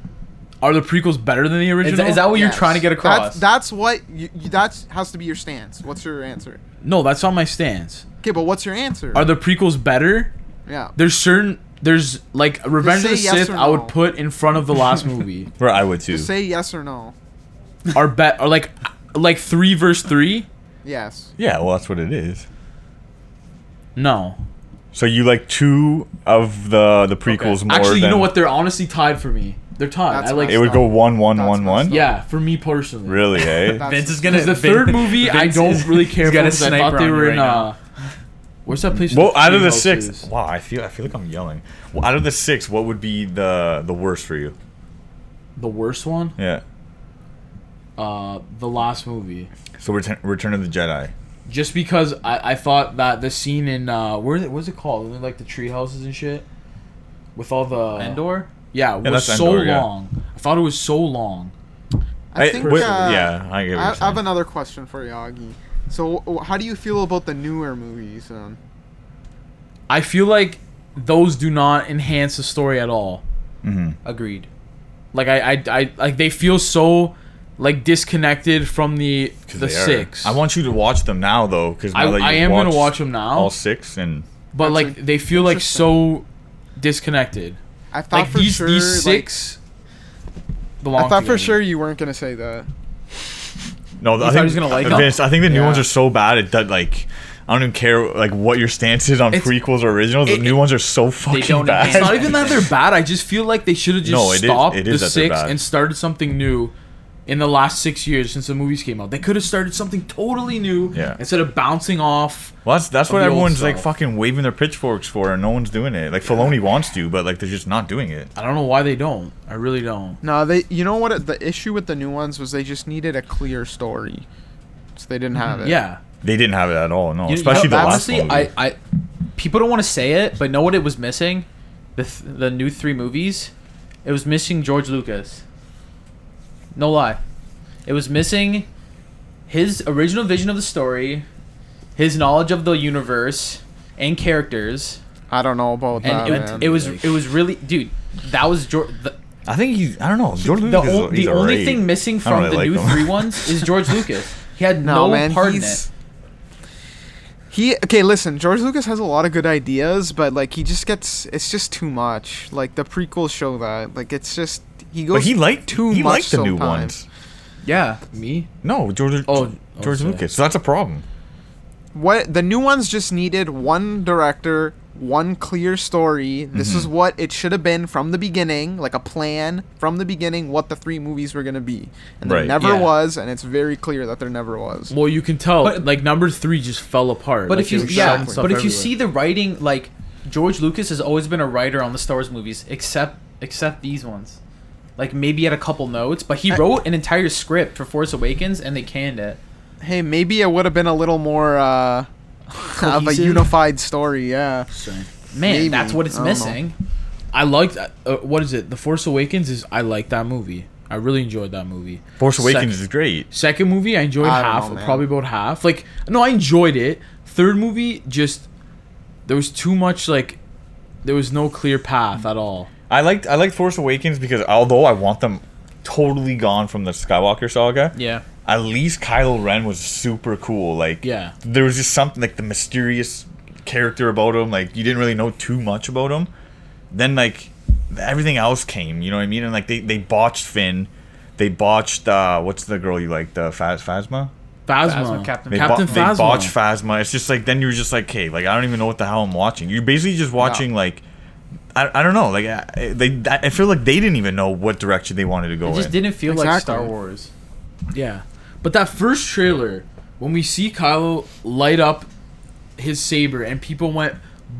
Speaker 4: Are the prequels better than the
Speaker 2: is,
Speaker 4: original?
Speaker 2: that- is that what Oh, you're
Speaker 3: Yes.
Speaker 2: trying to get across?
Speaker 3: That's, that's what you, you, that's has to be your stance. What's your answer?
Speaker 4: no? That's not my stance.
Speaker 3: Okay, but what's your answer?
Speaker 4: Are the prequels better?
Speaker 3: yeah.
Speaker 4: There's certain. There's like Revenge of the
Speaker 3: say yes
Speaker 4: Sith.
Speaker 3: or
Speaker 4: I
Speaker 3: no.
Speaker 4: would put in front of the last movie.
Speaker 1: Where I would too.
Speaker 3: Say yes or no.
Speaker 4: Are bet are like like three verse three?
Speaker 3: Yes.
Speaker 1: Yeah, well, that's what it is.
Speaker 4: No.
Speaker 1: So you like two of the the prequels more
Speaker 4: Actually, you
Speaker 1: than-
Speaker 4: know what? They're honestly tied for me. They're tied.
Speaker 3: That's
Speaker 4: I like.
Speaker 1: It would go one, one,
Speaker 3: That's
Speaker 1: one,
Speaker 3: messed
Speaker 1: one.
Speaker 3: up.
Speaker 4: yeah, for me personally.
Speaker 1: Really, eh?
Speaker 3: That's-
Speaker 2: Vince is gonna.
Speaker 4: The third movie, I
Speaker 2: Vince
Speaker 4: don't
Speaker 2: is-
Speaker 4: really
Speaker 2: he's
Speaker 4: care
Speaker 2: got
Speaker 4: for
Speaker 2: a
Speaker 4: 'cause I thought
Speaker 2: sniper
Speaker 4: they
Speaker 2: on you
Speaker 4: were in.
Speaker 2: right now.
Speaker 4: uh, where's that place? with
Speaker 1: well, out of
Speaker 4: three
Speaker 1: the
Speaker 4: houses?
Speaker 1: six, wow, I feel I feel like I'm yelling. Well, out of the six, what would be the the worst for you?
Speaker 4: the worst one.
Speaker 1: Yeah.
Speaker 4: Uh, the last movie.
Speaker 1: So Return, Return of the Jedi.
Speaker 4: Just because I, I thought that the scene in uh, where is it, what's it called? Like the tree houses and shit, with all the
Speaker 2: Endor.
Speaker 4: Yeah, it was
Speaker 1: that's
Speaker 4: so
Speaker 1: Endor, yeah.
Speaker 4: long. I thought it was so long.
Speaker 3: I
Speaker 1: Eh,
Speaker 3: think.
Speaker 1: wait,
Speaker 3: uh,
Speaker 1: yeah, I get what
Speaker 3: I,
Speaker 1: you're
Speaker 3: I have
Speaker 1: saying.
Speaker 3: another question for you, Augie. So, w- how do you feel about the newer movies? Um,
Speaker 4: I feel like those do not enhance the story at all.
Speaker 1: Mm-hmm,
Speaker 2: Agreed.
Speaker 4: Like I, I, I like they feel so like disconnected from the
Speaker 1: 'Cause
Speaker 4: the
Speaker 1: they are.
Speaker 4: six.
Speaker 1: I want you to watch them now, though, because
Speaker 4: I, I am gonna watch them now,
Speaker 1: all six, and
Speaker 4: but
Speaker 3: That's
Speaker 4: like
Speaker 3: in-
Speaker 4: they feel like so disconnected.
Speaker 3: I thought
Speaker 4: like
Speaker 3: for
Speaker 4: these
Speaker 3: sure.
Speaker 4: these
Speaker 3: like-
Speaker 4: six belong.
Speaker 3: I thought for
Speaker 4: together.
Speaker 3: sure you weren't gonna say that.
Speaker 1: no, I
Speaker 2: thought
Speaker 1: think
Speaker 2: he was gonna like 'em?
Speaker 1: Vince, I think the new
Speaker 3: Yeah.
Speaker 1: ones are so bad. It does like. I don't even care like what your stance is on
Speaker 4: It's-
Speaker 1: prequels or originals. The
Speaker 4: it-
Speaker 1: new ones are so fucking
Speaker 2: don't
Speaker 1: bad.
Speaker 2: enhance
Speaker 4: It's not even that they're bad. I just feel like they should have just
Speaker 1: No, it is-
Speaker 4: stopped
Speaker 1: it is
Speaker 4: the
Speaker 1: that they're
Speaker 4: six
Speaker 1: bad.
Speaker 4: and started something new in the last six years since the movies came out. They could have started something totally new
Speaker 1: Yeah.
Speaker 4: instead of bouncing off.
Speaker 1: Well, that's, that's
Speaker 4: of
Speaker 1: what
Speaker 4: the old
Speaker 1: everyone's like
Speaker 4: stuff.
Speaker 1: fucking waving their pitchforks for, and no one's doing it. Like Filoni wants to, but like they're just not doing it.
Speaker 4: I don't know why they don't. I really don't.
Speaker 3: No, they. You know what? uh, The issue with the new ones was they just needed a clear story, so they
Speaker 2: Mm-hmm.
Speaker 3: didn't have it.
Speaker 4: Yeah.
Speaker 1: They didn't have it at all, no.
Speaker 2: You- you
Speaker 1: Especially
Speaker 2: know,
Speaker 1: the last
Speaker 2: honestly,
Speaker 1: movie.
Speaker 2: I, I, people don't want to say it, but know what it was missing? The th- the new three movies, it was missing George Lucas. No lie, it was missing his original vision of the story, his knowledge of the universe and characters,
Speaker 3: I don't know about that.
Speaker 2: and it,
Speaker 3: man.
Speaker 2: it was it was really dude. That was George. The,
Speaker 1: I think he's. I don't know. Jordan
Speaker 2: the,
Speaker 1: Lucas is-
Speaker 2: o-
Speaker 1: he's
Speaker 2: the only
Speaker 1: alright.
Speaker 2: thing missing
Speaker 1: I don't
Speaker 2: from the
Speaker 1: really
Speaker 2: new
Speaker 1: like him.
Speaker 2: three ones is George Lucas. He had
Speaker 3: no,
Speaker 2: no,
Speaker 3: man.
Speaker 2: part in
Speaker 3: he's-
Speaker 2: it.
Speaker 3: He okay. Listen, George Lucas has a lot of good ideas, but like he just gets it's just too much. Like the prequels show that. Like it's just he goes.
Speaker 1: But he liked
Speaker 3: too
Speaker 1: He
Speaker 3: much
Speaker 1: liked the new
Speaker 3: sometimes.
Speaker 1: ones.
Speaker 2: Yeah,
Speaker 4: Me?
Speaker 1: No, George.
Speaker 4: Oh,
Speaker 1: George
Speaker 4: okay.
Speaker 1: Lucas. So that's a problem.
Speaker 3: What the new ones just needed one director, one clear story. This is what it should have been from the beginning, like a plan from the beginning what the three movies were gonna be, and there
Speaker 1: Right.
Speaker 3: never
Speaker 4: Yeah.
Speaker 3: was, and it's very clear that there never was.
Speaker 4: Well, you can tell.
Speaker 2: But-
Speaker 4: like number three just fell apart.
Speaker 2: But
Speaker 4: Like,
Speaker 2: if you
Speaker 4: they were
Speaker 2: yeah,
Speaker 4: shouting
Speaker 2: but
Speaker 4: stuff
Speaker 2: if you
Speaker 4: everywhere.
Speaker 2: see the writing, like George Lucas has always been a writer on the Star Wars movies, except except these ones. Like maybe he had a couple notes, but he
Speaker 3: I-
Speaker 2: wrote an entire script for Force Awakens and they canned it.
Speaker 3: Hey, maybe it would have been a little more uh, of a
Speaker 2: Cohesive?
Speaker 3: unified story. Yeah,
Speaker 4: Sorry.
Speaker 2: Man,
Speaker 3: Maybe.
Speaker 2: that's what it's
Speaker 3: I don't know.
Speaker 2: missing.
Speaker 4: I liked. Uh, what is it? The Force Awakens is. I like that movie. I really enjoyed that movie.
Speaker 1: Force
Speaker 4: Second-
Speaker 1: Awakens is great.
Speaker 4: Second movie, I enjoyed
Speaker 3: I don't
Speaker 4: half,
Speaker 3: know, man.
Speaker 4: probably about half. Like, no, I enjoyed it. Third movie, just there was too much. Like, there was no clear path at all.
Speaker 1: I liked I liked Force Awakens because although I want them totally gone from the Skywalker saga,
Speaker 2: Yeah.
Speaker 1: at least Kylo Ren was super cool. Like
Speaker 4: Yeah.
Speaker 1: there was just something like the mysterious character about him. Like you didn't really know too much about him. Then like everything else came. You know what I mean? And like they they botched Finn. They botched uh, what's the girl you like the Phas- Phasma?
Speaker 4: Phasma,
Speaker 2: Phasma, Captain-
Speaker 1: They, bo-
Speaker 4: Captain
Speaker 1: they
Speaker 4: Phasma.
Speaker 1: botched Phasma. It's just like then you're just like, hey, like I don't even know what the hell I'm watching. You're basically just watching like. I, I don't know like I, they I feel like they didn't even know what direction they wanted to go
Speaker 2: It just
Speaker 1: in.
Speaker 2: didn't feel like
Speaker 3: Exactly.
Speaker 2: Star Wars.
Speaker 4: Yeah. But that first trailer, when we see Kylo light up his saber and people went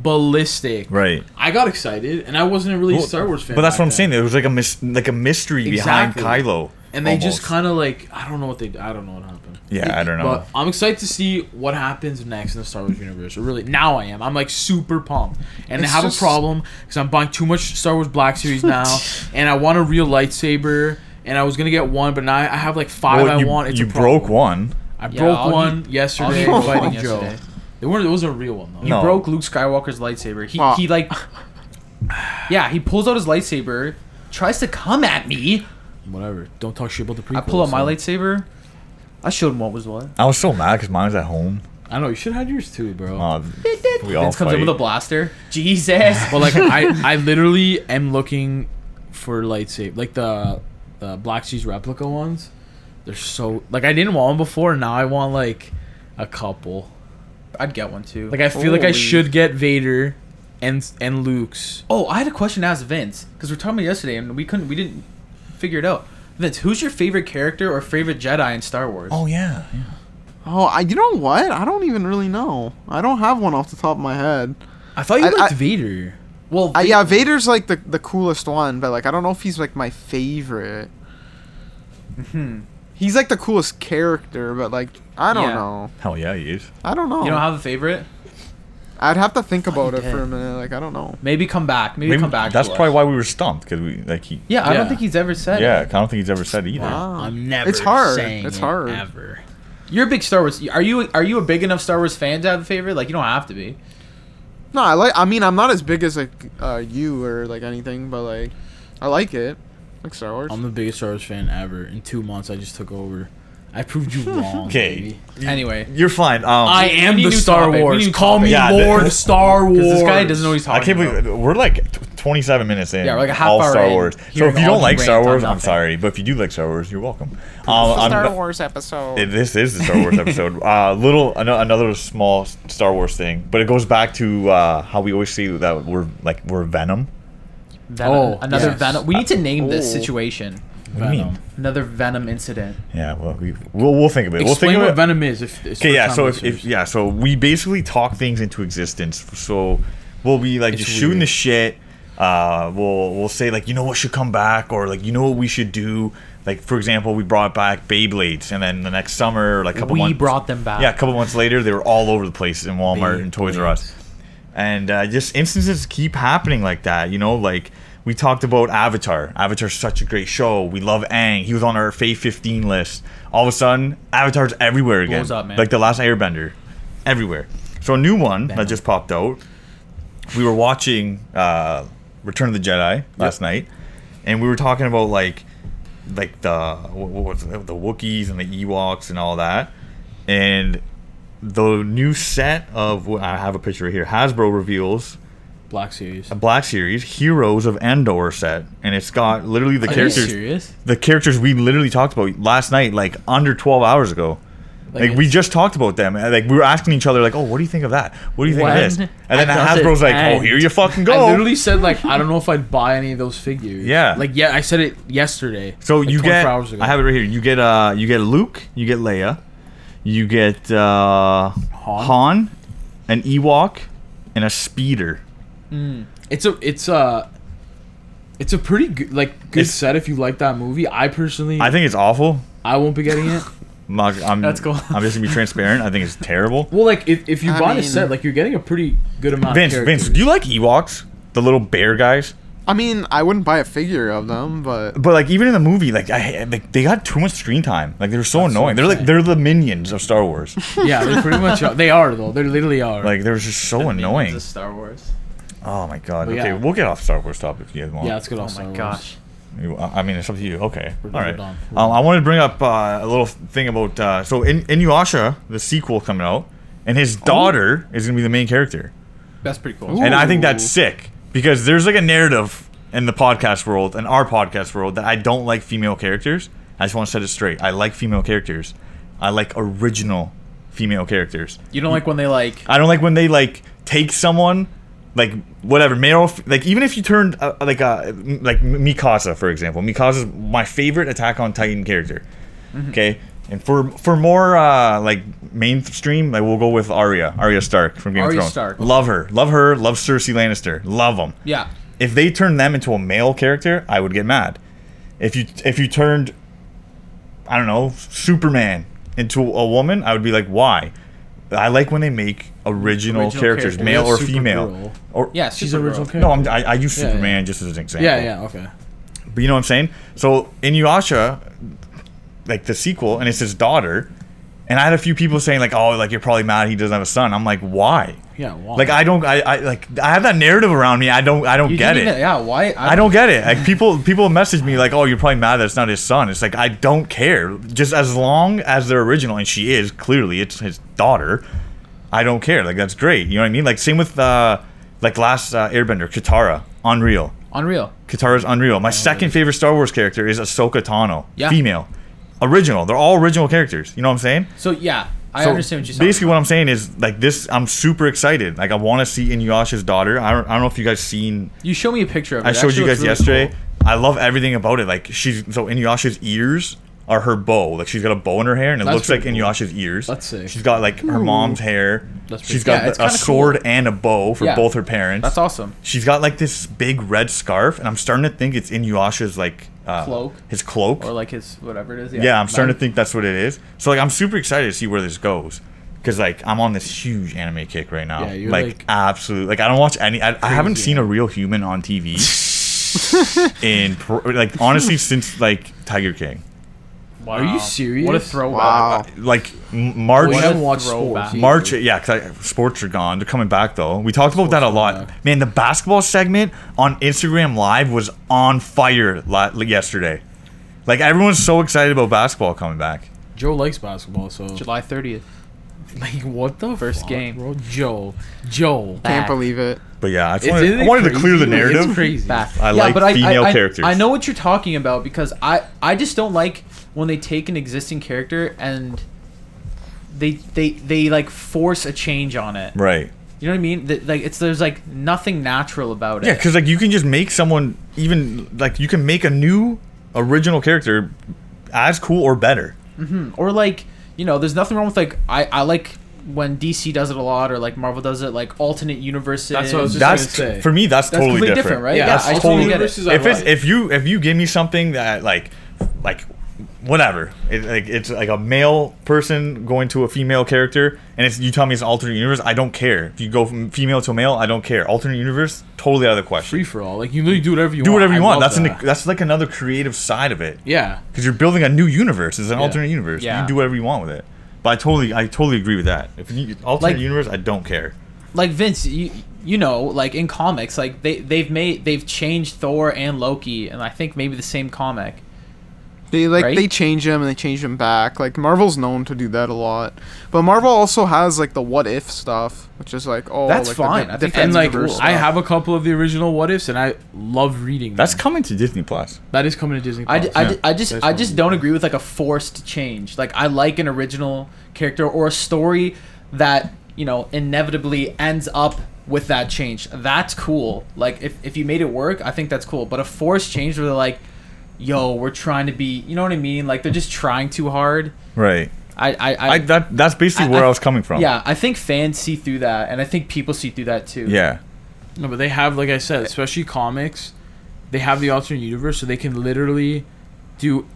Speaker 4: ballistic.
Speaker 1: right.
Speaker 4: I got excited and I wasn't a really
Speaker 1: Well,
Speaker 4: Star Wars fan.
Speaker 1: But that's
Speaker 4: back
Speaker 1: what I'm
Speaker 4: then.
Speaker 1: saying. There was like a mis- like a mystery behind
Speaker 4: Exactly.
Speaker 1: Kylo.
Speaker 4: And they just
Speaker 1: almost.
Speaker 4: kind of like I don't know what they I don't know what happened.
Speaker 1: Yeah, I don't know.
Speaker 4: But I'm excited to see what happens next in the Star Wars universe. Or really, now I am. I'm like super pumped, and
Speaker 3: It's
Speaker 4: I have
Speaker 3: just-
Speaker 4: a problem because I'm buying too much Star Wars Black Series now, and I want a real lightsaber. And I was gonna get one, but now I have like five.
Speaker 1: Well, you,
Speaker 4: I want. It's
Speaker 1: you
Speaker 4: a problem.
Speaker 1: broke one.
Speaker 4: I
Speaker 2: Yeah,
Speaker 4: broke
Speaker 2: Augie-
Speaker 4: one yesterday.
Speaker 2: Augie broke
Speaker 4: fighting
Speaker 2: one
Speaker 4: Joe.
Speaker 2: yesterday.
Speaker 4: They weren't. It was a real one though.
Speaker 2: You
Speaker 1: No.
Speaker 2: broke Luke Skywalker's lightsaber. He
Speaker 3: Ah.
Speaker 2: he like Yeah, he pulls out his lightsaber, tries to come at me.
Speaker 4: Whatever. Don't talk shit about the prequel.
Speaker 2: I pull out my
Speaker 4: so-
Speaker 2: lightsaber. I showed him what was what.
Speaker 1: I was so mad because mine was at home.
Speaker 4: I know you should have yours too, bro.
Speaker 1: Uh, we all
Speaker 2: Vince comes
Speaker 1: fight.
Speaker 2: in with a blaster. Jesus.
Speaker 4: But like I, I literally am looking for lightsaber, like the the Black Seas replica ones. They're so like I didn't want one before, and now I want like a couple.
Speaker 2: I'd get one too.
Speaker 4: Like I feel like I
Speaker 3: Holy.
Speaker 4: should get Vader and and Luke's.
Speaker 2: oh, I had a question to ask Vince because we are talking about it yesterday and we couldn't, we didn't figure it out. Vince, who's your favorite character or favorite Jedi in Star Wars?
Speaker 1: Oh yeah. yeah.
Speaker 3: Oh, I, you know what? I don't even really know. I don't have one off the top of my head.
Speaker 4: I thought you
Speaker 3: I-
Speaker 4: liked
Speaker 3: I-
Speaker 4: Vader.
Speaker 2: well,
Speaker 3: I,
Speaker 2: Vi-
Speaker 3: yeah, Vader's like the, the coolest one, but like I don't know if he's like my favorite. He's like the coolest character, but like I don't
Speaker 2: Mm-hmm. Yeah.
Speaker 3: know.
Speaker 1: Hell yeah, he is.
Speaker 3: I don't know.
Speaker 2: you don't have a favorite.
Speaker 3: I'd have to think about it
Speaker 4: did.
Speaker 3: for a minute. Like I don't know.
Speaker 2: Maybe come back. Maybe,
Speaker 1: Maybe-
Speaker 2: come back.
Speaker 1: That's
Speaker 2: to us.
Speaker 1: probably why we were stumped because we like he.
Speaker 2: Yeah, I don't
Speaker 4: Yeah.
Speaker 2: think he's ever said.
Speaker 1: Yeah, I don't think he's ever said either.
Speaker 3: Wow.
Speaker 4: never.
Speaker 3: It's hard. It's hard.
Speaker 4: Ever.
Speaker 2: You're a big Star Wars. Are you? Are you a big enough Star Wars fan to have a favorite? Like you don't have to be.
Speaker 3: No, I like. I mean, I'm not as big as like uh, you or like anything, but like I like it. Like Star Wars.
Speaker 4: I'm the biggest Star Wars fan ever. In two months, I just took over. I proved you wrong.
Speaker 1: Okay.
Speaker 4: baby.
Speaker 2: Anyway,
Speaker 1: You're fine. Um,
Speaker 4: I
Speaker 1: I,
Speaker 4: am
Speaker 2: need
Speaker 4: the
Speaker 2: new
Speaker 4: Star
Speaker 2: topic. We
Speaker 4: Wars.
Speaker 2: need
Speaker 4: Call
Speaker 2: topic.
Speaker 4: me
Speaker 1: Yeah, th-
Speaker 4: Lord Star Wars.
Speaker 2: because this guy doesn't know he's talking.
Speaker 1: can't
Speaker 2: about.
Speaker 1: believe we're like t- 27 minutes in.
Speaker 2: Yeah, we're like a half
Speaker 1: all
Speaker 2: hour
Speaker 1: Star
Speaker 2: in,
Speaker 1: Wars. So
Speaker 2: hearing
Speaker 1: if you don't
Speaker 2: all
Speaker 1: like
Speaker 2: the
Speaker 1: Star
Speaker 2: rant on
Speaker 1: Wars, I'm
Speaker 2: nothing.
Speaker 1: sorry. But if you do like Star Wars, you're welcome. Um, I'm ba-
Speaker 3: Wars episode.
Speaker 1: It- This is the Star Wars episode. Uh, little ano- another small s- Star Wars thing, but it goes back to uh, how we always see that we're like we're Venom.
Speaker 2: Venom.
Speaker 4: Oh,
Speaker 2: another
Speaker 4: yes.
Speaker 2: Venom. We need to name this
Speaker 3: Oh.
Speaker 2: situation.
Speaker 1: What do you
Speaker 4: Venom.
Speaker 1: mean?
Speaker 2: Another Venom incident.
Speaker 1: Yeah, well, we, we'll we'll think of it.
Speaker 4: Explain
Speaker 1: we'll think
Speaker 4: what
Speaker 1: of it.
Speaker 4: Venom is. If, if
Speaker 1: Okay, yeah.
Speaker 4: first-time
Speaker 1: So if, if
Speaker 4: listeners.
Speaker 1: yeah, so we basically talk things into existence. So we'll be like
Speaker 4: It's
Speaker 1: just shooting
Speaker 4: weird.
Speaker 1: the shit. Uh, we'll we'll say like you know what should come back or like you know what we should do. Like for example, we brought back Beyblades, and then the next summer, like a couple
Speaker 2: we
Speaker 1: months,
Speaker 2: brought them back.
Speaker 1: Yeah, a couple months later, they were all over the place in Walmart and Toys R Us. And uh, just instances keep happening like that, you know, like we talked about Avatar. Avatar's such a great show. We love Aang. He was on our Faye 15 list. All of a sudden, Avatar's everywhere again.
Speaker 2: Blows up, man.
Speaker 1: Like the last Airbender. Everywhere. So a new one that just popped out. We were watching uh, Return of the Jedi last night, and we were talking about like like the what what was it, the Wookiees and the Ewoks and all that, and the new set of I have a picture right here. Hasbro reveals
Speaker 4: Black Series.
Speaker 1: a Black Series Heroes of Andor set, and it's got literally the
Speaker 4: Are you
Speaker 1: characters
Speaker 4: serious?
Speaker 1: the characters we literally talked about last night, like under twelve hours ago. Like, we
Speaker 4: it's-
Speaker 1: just talked about them. and, Like we were asking each other, like, "Oh, what do you think of that? What do you think
Speaker 4: When
Speaker 1: of this?" And then
Speaker 4: does it
Speaker 1: Hasbro's like, "Oh,
Speaker 4: end?
Speaker 1: here you fucking
Speaker 4: I
Speaker 1: go."
Speaker 4: literally said like I don't know if I'd buy any of those figures.
Speaker 1: Yeah.
Speaker 4: Like yeah, I said it yesterday.
Speaker 1: So
Speaker 4: like,
Speaker 1: you
Speaker 4: 24
Speaker 1: get
Speaker 4: Hours ago.
Speaker 1: I have it right here. You get uh you get Luke, you get Leia, you get uh Han,
Speaker 4: Han.
Speaker 1: an Ewok, and a speeder.
Speaker 4: It's a it's a it's a pretty good like good
Speaker 1: It's-
Speaker 4: set if you like that movie. I personally
Speaker 1: I
Speaker 4: I,
Speaker 1: think it's awful.
Speaker 4: won't be getting it.
Speaker 1: I'm, not- I'm
Speaker 2: That's cool.
Speaker 1: I'm just gonna be transparent. I think it's terrible.
Speaker 4: Well, like if, if you
Speaker 3: I
Speaker 4: buy the
Speaker 3: mean-
Speaker 4: set, like you're getting a pretty good amount.
Speaker 1: Vince,
Speaker 4: of
Speaker 1: Vince, do you like Ewoks? The little bear guys?
Speaker 3: I mean, I wouldn't buy a figure of them, but
Speaker 1: But like even in the movie, like I like they got too much screen time. Like they were so annoying. They're like they're the minions of Star Wars.
Speaker 4: you- yeah, they're pretty much they are though. They literally are.
Speaker 1: like they were just so annoying.
Speaker 2: Minions of Star Wars.
Speaker 1: Oh my god.
Speaker 4: But
Speaker 1: Okay,
Speaker 4: yeah.
Speaker 1: we'll get off Star Wars topic if you guys want.
Speaker 4: yeah, that's good.
Speaker 2: Oh my gosh.
Speaker 1: You- I I mean, it's up to you. Okay.
Speaker 4: done,
Speaker 1: All
Speaker 4: we're
Speaker 1: right.
Speaker 4: done.
Speaker 1: Um, I wanted to bring up uh, a little thing about uh, so in Inuyasha, the sequel coming out. and his
Speaker 4: Oh.
Speaker 1: daughter is gonna be the main character.
Speaker 2: That's pretty cool.
Speaker 1: And I think
Speaker 3: Ooh.
Speaker 1: that's sick because there's like a narrative in the podcast world and our podcast world that I don't like female characters. I just want to set it straight. I like female characters. I like original female characters.
Speaker 2: You don't like when they like
Speaker 1: I don't like when they like take someone like whatever male like even if you turned uh, like uh m- like Mikasa for example. Mikasa's my favorite Attack on Titan character.
Speaker 2: Mm-hmm.
Speaker 1: Okay. And for for more uh, like mainstream, like we'll go with Arya, Arya Stark from Game
Speaker 2: Arya
Speaker 1: of Thrones.
Speaker 2: Stark.
Speaker 1: Love her, love her, love Cersei Lannister, love them.
Speaker 2: yeah.
Speaker 1: If they turned them into a male character, I would get mad. If you if you turned, I don't know, Superman into a woman, I would be like, why? I like when they make original,
Speaker 2: Original
Speaker 1: characters,
Speaker 2: characters.
Speaker 1: male or
Speaker 4: Supergirl.
Speaker 1: female. Or
Speaker 2: Yeah,
Speaker 4: She's
Speaker 2: Supergirl.
Speaker 4: original character.
Speaker 1: no, I'm, I, I use
Speaker 4: Yeah, yeah.
Speaker 1: Superman just as an example.
Speaker 4: Yeah, yeah, okay.
Speaker 1: But you know what I'm saying? So in Yasha, like the sequel, and it's his daughter. And I had a few people saying like, "Oh, like you're probably mad he doesn't have a son." I'm like, why?
Speaker 4: Yeah, why?
Speaker 1: Like I don't, I, I like I have that narrative around me. I don't, I don't
Speaker 2: You
Speaker 1: get it.
Speaker 2: didn't even- yeah, why? I,
Speaker 1: I don't get it. Like people, people message me like, "Oh, you're probably mad that it's not his son." It's like I don't care. Just as long as they're original, and she is clearly it's his daughter. I don't care. Like that's great. You know what I mean? Like same with uh, like last uh, Airbender, Katara, unreal.
Speaker 2: Unreal.
Speaker 1: Katara's unreal. My second favorite Star Wars character is Ahsoka Tano,
Speaker 2: Oh, Yeah.
Speaker 1: female, original. They're all original characters. You know what I'm saying?
Speaker 2: So yeah, I
Speaker 1: So,
Speaker 2: understand what you're saying.
Speaker 1: Basically, what I'm saying is like this. I'm super excited. Like I want to see Inuyasha's daughter. I don't, I don't know if you guys seen
Speaker 2: you show me a picture of it.
Speaker 1: I
Speaker 2: It
Speaker 1: showed you
Speaker 2: actually
Speaker 1: guys
Speaker 2: looks really
Speaker 1: yesterday. I love everything about it. Like she's so Inuyasha's ears are her bow. Like she's got a bow in her hair, and it
Speaker 4: That's
Speaker 1: looks like
Speaker 4: pretty cool.
Speaker 1: Inuyasha's ears.
Speaker 4: That's sick.
Speaker 1: She's got like her mom's hair.
Speaker 4: That's pretty
Speaker 1: she's
Speaker 4: cool.
Speaker 1: got
Speaker 2: Yeah, it's
Speaker 1: a
Speaker 2: kinda Hmm. cool.
Speaker 1: sword and a bow for
Speaker 2: Yeah.
Speaker 1: both her parents.
Speaker 2: That's awesome.
Speaker 1: She's got like this big red scarf, and I'm starting to think it's Inuyasha's like uh,
Speaker 2: Cloak.
Speaker 1: His cloak.
Speaker 2: Or like his whatever it is. Yeah,
Speaker 1: yeah, I'm starting
Speaker 2: Mine-
Speaker 1: to think that's what it is. So like, I'm super excited to see where this goes. Cause like I'm on this huge anime kick right now,
Speaker 4: Yeah, you're,
Speaker 1: like,
Speaker 4: like-
Speaker 1: absolute. Like I don't watch any. I, I haven't
Speaker 4: Crazy.
Speaker 1: seen a real human on TV in pro- like honestly since like Tiger King.
Speaker 2: Wow.
Speaker 4: Are you serious?
Speaker 2: What a
Speaker 3: Wow.
Speaker 2: throwback.
Speaker 1: Like M- March,
Speaker 4: We
Speaker 2: What
Speaker 4: haven't
Speaker 2: a
Speaker 4: watched
Speaker 2: throwback.
Speaker 4: sports. either.
Speaker 1: March, yeah, because sports are gone. They're coming back though. We talked about that a lot,
Speaker 4: back.
Speaker 1: man. The basketball segment on Instagram Live was on fire la- yesterday. Like everyone's so excited about basketball coming back.
Speaker 4: Joe likes basketball, so
Speaker 2: July 30th.
Speaker 4: like what the
Speaker 2: First
Speaker 4: fuck,
Speaker 2: game.
Speaker 4: bro? Joe, Joe.
Speaker 3: Can't
Speaker 2: Back.
Speaker 3: believe it.
Speaker 1: But yeah, I, just
Speaker 4: It's-
Speaker 1: wanted,
Speaker 4: isn't
Speaker 1: I
Speaker 4: it
Speaker 1: wanted to
Speaker 4: crazy?
Speaker 1: clear the
Speaker 4: It's
Speaker 1: narrative.
Speaker 4: crazy.
Speaker 2: Back.
Speaker 1: I like female
Speaker 2: I,
Speaker 1: characters.
Speaker 2: I know what you're talking about because I, I just don't like when they take an existing character and they they they like force a change on it.
Speaker 1: Right.
Speaker 2: You know what I mean? That like it's there's like nothing natural about it.
Speaker 1: Yeah, because like you can just make someone even like you can make a new original character as cool or better.
Speaker 2: or like you know there's nothing wrong with like i i like when dc does it a lot or like marvel does it like alternate universes
Speaker 4: That's what I was just
Speaker 1: That's
Speaker 4: gonna say.
Speaker 1: for me. That's,
Speaker 2: That's
Speaker 1: totally
Speaker 2: completely
Speaker 1: different.
Speaker 2: different, right?
Speaker 4: Yeah,
Speaker 2: Yeah,
Speaker 4: that's
Speaker 2: I
Speaker 4: all
Speaker 2: totally
Speaker 4: the
Speaker 2: get
Speaker 4: universes
Speaker 2: it.
Speaker 4: I
Speaker 1: If it's
Speaker 4: like.
Speaker 1: if you if you give me something that like like whatever it, like it's like a male person going to a female character and it's you tell me it's an alternate universe I don't care if you go from female to male I don't care alternate universe totally out of the question
Speaker 4: free for all, like you literally do whatever you
Speaker 1: do
Speaker 4: want.
Speaker 1: whatever you
Speaker 4: I
Speaker 1: want
Speaker 4: love
Speaker 1: that's an, e,
Speaker 4: that.
Speaker 1: that's like another creative side of it
Speaker 4: yeah.
Speaker 1: because you're building a new universe. It's an alternate universe. You
Speaker 2: Yeah.
Speaker 1: can do whatever you want with it. But I totally, I totally agree with that. If you alternate
Speaker 2: Like-
Speaker 1: universe, I don't care.
Speaker 2: like vince you you know like in comics like they they've made they've changed thor and loki and i think maybe the same comic
Speaker 3: They like
Speaker 2: Right?
Speaker 3: they change them and they change them back. Like Marvel's known to do that a lot, but Marvel also has like the what if stuff, which is like oh
Speaker 2: That's
Speaker 3: like,
Speaker 2: fine. I think
Speaker 4: And
Speaker 2: That's
Speaker 4: like
Speaker 2: universal.
Speaker 4: I have a couple of the original what ifs, and I love reading.
Speaker 1: That's
Speaker 4: them.
Speaker 1: coming to Disney Plus.
Speaker 4: that is coming to Disney.
Speaker 2: I, d-
Speaker 4: Plus.
Speaker 2: I, d- I just
Speaker 4: That's
Speaker 2: I
Speaker 4: what
Speaker 2: just
Speaker 4: I'm
Speaker 2: don't agree with like a forced change. Like I like an original character or a story that you know inevitably ends up with that change. That's cool. Like if, if you made it work, I think that's cool. But a forced change where they're like, "Yo, we're trying to be," you know what I mean? Like they're just trying too hard.
Speaker 1: Right.
Speaker 2: I I, I,
Speaker 1: I that that's basically
Speaker 2: I-
Speaker 1: where I,
Speaker 2: I-
Speaker 1: was coming from.
Speaker 2: yeah. I think fans see through that, and I think people see through that too.
Speaker 1: Yeah.
Speaker 4: No, but they have, like I said, especially comics, they have the alternate universe, so they can literally do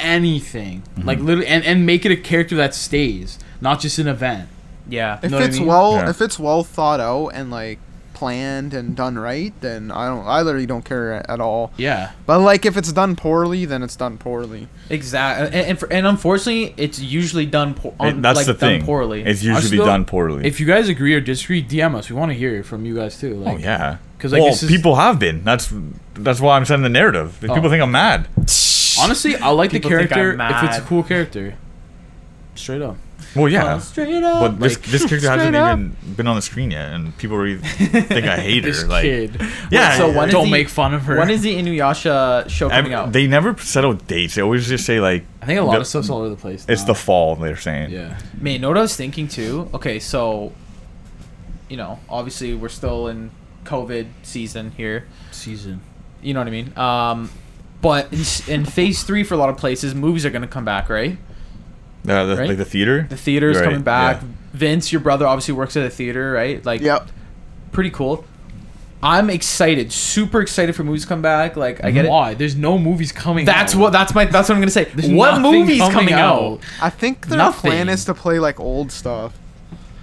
Speaker 4: anything,
Speaker 1: Mm-hmm.
Speaker 4: like literally, and, and make it a character that stays, not just an event.
Speaker 2: yeah.
Speaker 3: If
Speaker 4: know what I
Speaker 3: it's
Speaker 4: mean?
Speaker 3: well,
Speaker 1: Yeah.
Speaker 3: if it's well thought out and like planned and done right, then I don't. I literally don't care a- at all.
Speaker 4: Yeah,
Speaker 3: But like if it's done poorly, then it's done poorly.
Speaker 2: Exactly. And and, for, and unfortunately, it's usually done po-
Speaker 1: It- that's
Speaker 2: like,
Speaker 1: the thing.
Speaker 2: Done poorly.
Speaker 1: It's usually
Speaker 4: still-
Speaker 1: done poorly.
Speaker 4: if you guys agree or disagree, DM us. We want to hear from you guys too. Like,
Speaker 1: oh yeah.
Speaker 4: 'Cause, like,
Speaker 1: well,
Speaker 4: this is-
Speaker 1: people have been. That's that's why I'm sending the narrative. If People think I'm mad.
Speaker 4: Honestly, I like the
Speaker 2: People think I'm
Speaker 4: character if it's a
Speaker 2: mad.
Speaker 4: cool character. Straight up.
Speaker 1: Well, yeah.
Speaker 2: Come straight up.
Speaker 1: But this,
Speaker 4: Like,
Speaker 1: this character
Speaker 3: straight
Speaker 1: hasn't
Speaker 3: up.
Speaker 1: even been on the screen yet, and people already think I hate her.
Speaker 4: This
Speaker 1: Like,
Speaker 4: kid.
Speaker 1: yeah.
Speaker 2: so
Speaker 1: yeah.
Speaker 2: when is
Speaker 4: Don't
Speaker 2: the-
Speaker 4: make fun of her.
Speaker 2: When is the Inuyasha show coming
Speaker 1: Ev-
Speaker 2: out?
Speaker 1: They never settle dates. They always just say like.
Speaker 4: I think a lot
Speaker 1: the-
Speaker 4: of stuff's all over the place.
Speaker 1: It's
Speaker 4: now.
Speaker 1: the fall. They're saying.
Speaker 4: yeah.
Speaker 2: Man, you know what I was thinking too? Okay, so you know, obviously we're still in COVID season here.
Speaker 4: season.
Speaker 2: You know what I mean? Um, but in, s- in phase three, for a lot of places, movies are gonna come back, right?
Speaker 1: Uh, the,
Speaker 2: Right?
Speaker 1: Like the theater.
Speaker 2: The theater's
Speaker 1: Right,
Speaker 2: coming back.
Speaker 1: yeah.
Speaker 2: Vince, your brother, obviously works at a theater, right? Like,
Speaker 3: Yep.
Speaker 2: pretty cool. I'm excited, super excited for movies to come back. Like, I get it.
Speaker 4: Why? There's no movies coming.
Speaker 2: That's
Speaker 4: out.
Speaker 2: what. That's my. That's what I'm gonna say.
Speaker 4: There's
Speaker 2: what
Speaker 4: nothing
Speaker 2: movies coming, out?
Speaker 3: I think their
Speaker 4: Nothing.
Speaker 3: plan is to play like old stuff.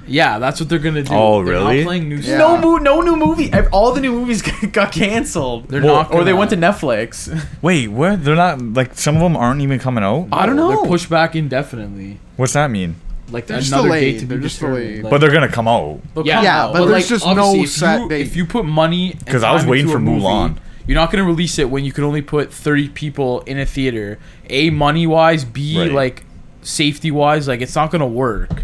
Speaker 4: Yeah, that's what they're gonna do.
Speaker 1: Oh,
Speaker 4: They're not
Speaker 1: really?
Speaker 4: playing new
Speaker 3: Yeah.
Speaker 4: stuff.
Speaker 2: No mo- No new movie. Ev- All the new movies got canceled.
Speaker 4: They're
Speaker 1: Well,
Speaker 4: not.
Speaker 2: or they
Speaker 4: gonna-
Speaker 2: went to Netflix.
Speaker 1: Wait, what? They're not like some of them aren't even coming out.
Speaker 2: I don't know.
Speaker 4: They're pushed back indefinitely.
Speaker 1: What's that mean?
Speaker 4: Like
Speaker 3: They're just
Speaker 4: another
Speaker 3: delayed.
Speaker 4: date to be
Speaker 3: They're just
Speaker 4: determined,
Speaker 3: delayed.
Speaker 4: like-
Speaker 1: But they're gonna come out.
Speaker 4: They'll
Speaker 2: Yeah,
Speaker 4: come
Speaker 2: yeah,
Speaker 4: out,
Speaker 2: but
Speaker 4: like,
Speaker 3: there's just
Speaker 4: obviously,
Speaker 3: no
Speaker 4: if
Speaker 3: set
Speaker 4: you,
Speaker 3: date.
Speaker 4: If you put money, and
Speaker 1: 'Cause I was
Speaker 4: time
Speaker 1: waiting
Speaker 4: into
Speaker 1: for
Speaker 4: a movie,
Speaker 1: Mulan.
Speaker 4: You're not gonna release it when you can only put 30 people in a theater. A money wise, B
Speaker 1: Right.
Speaker 4: like safety wise, like it's not gonna work.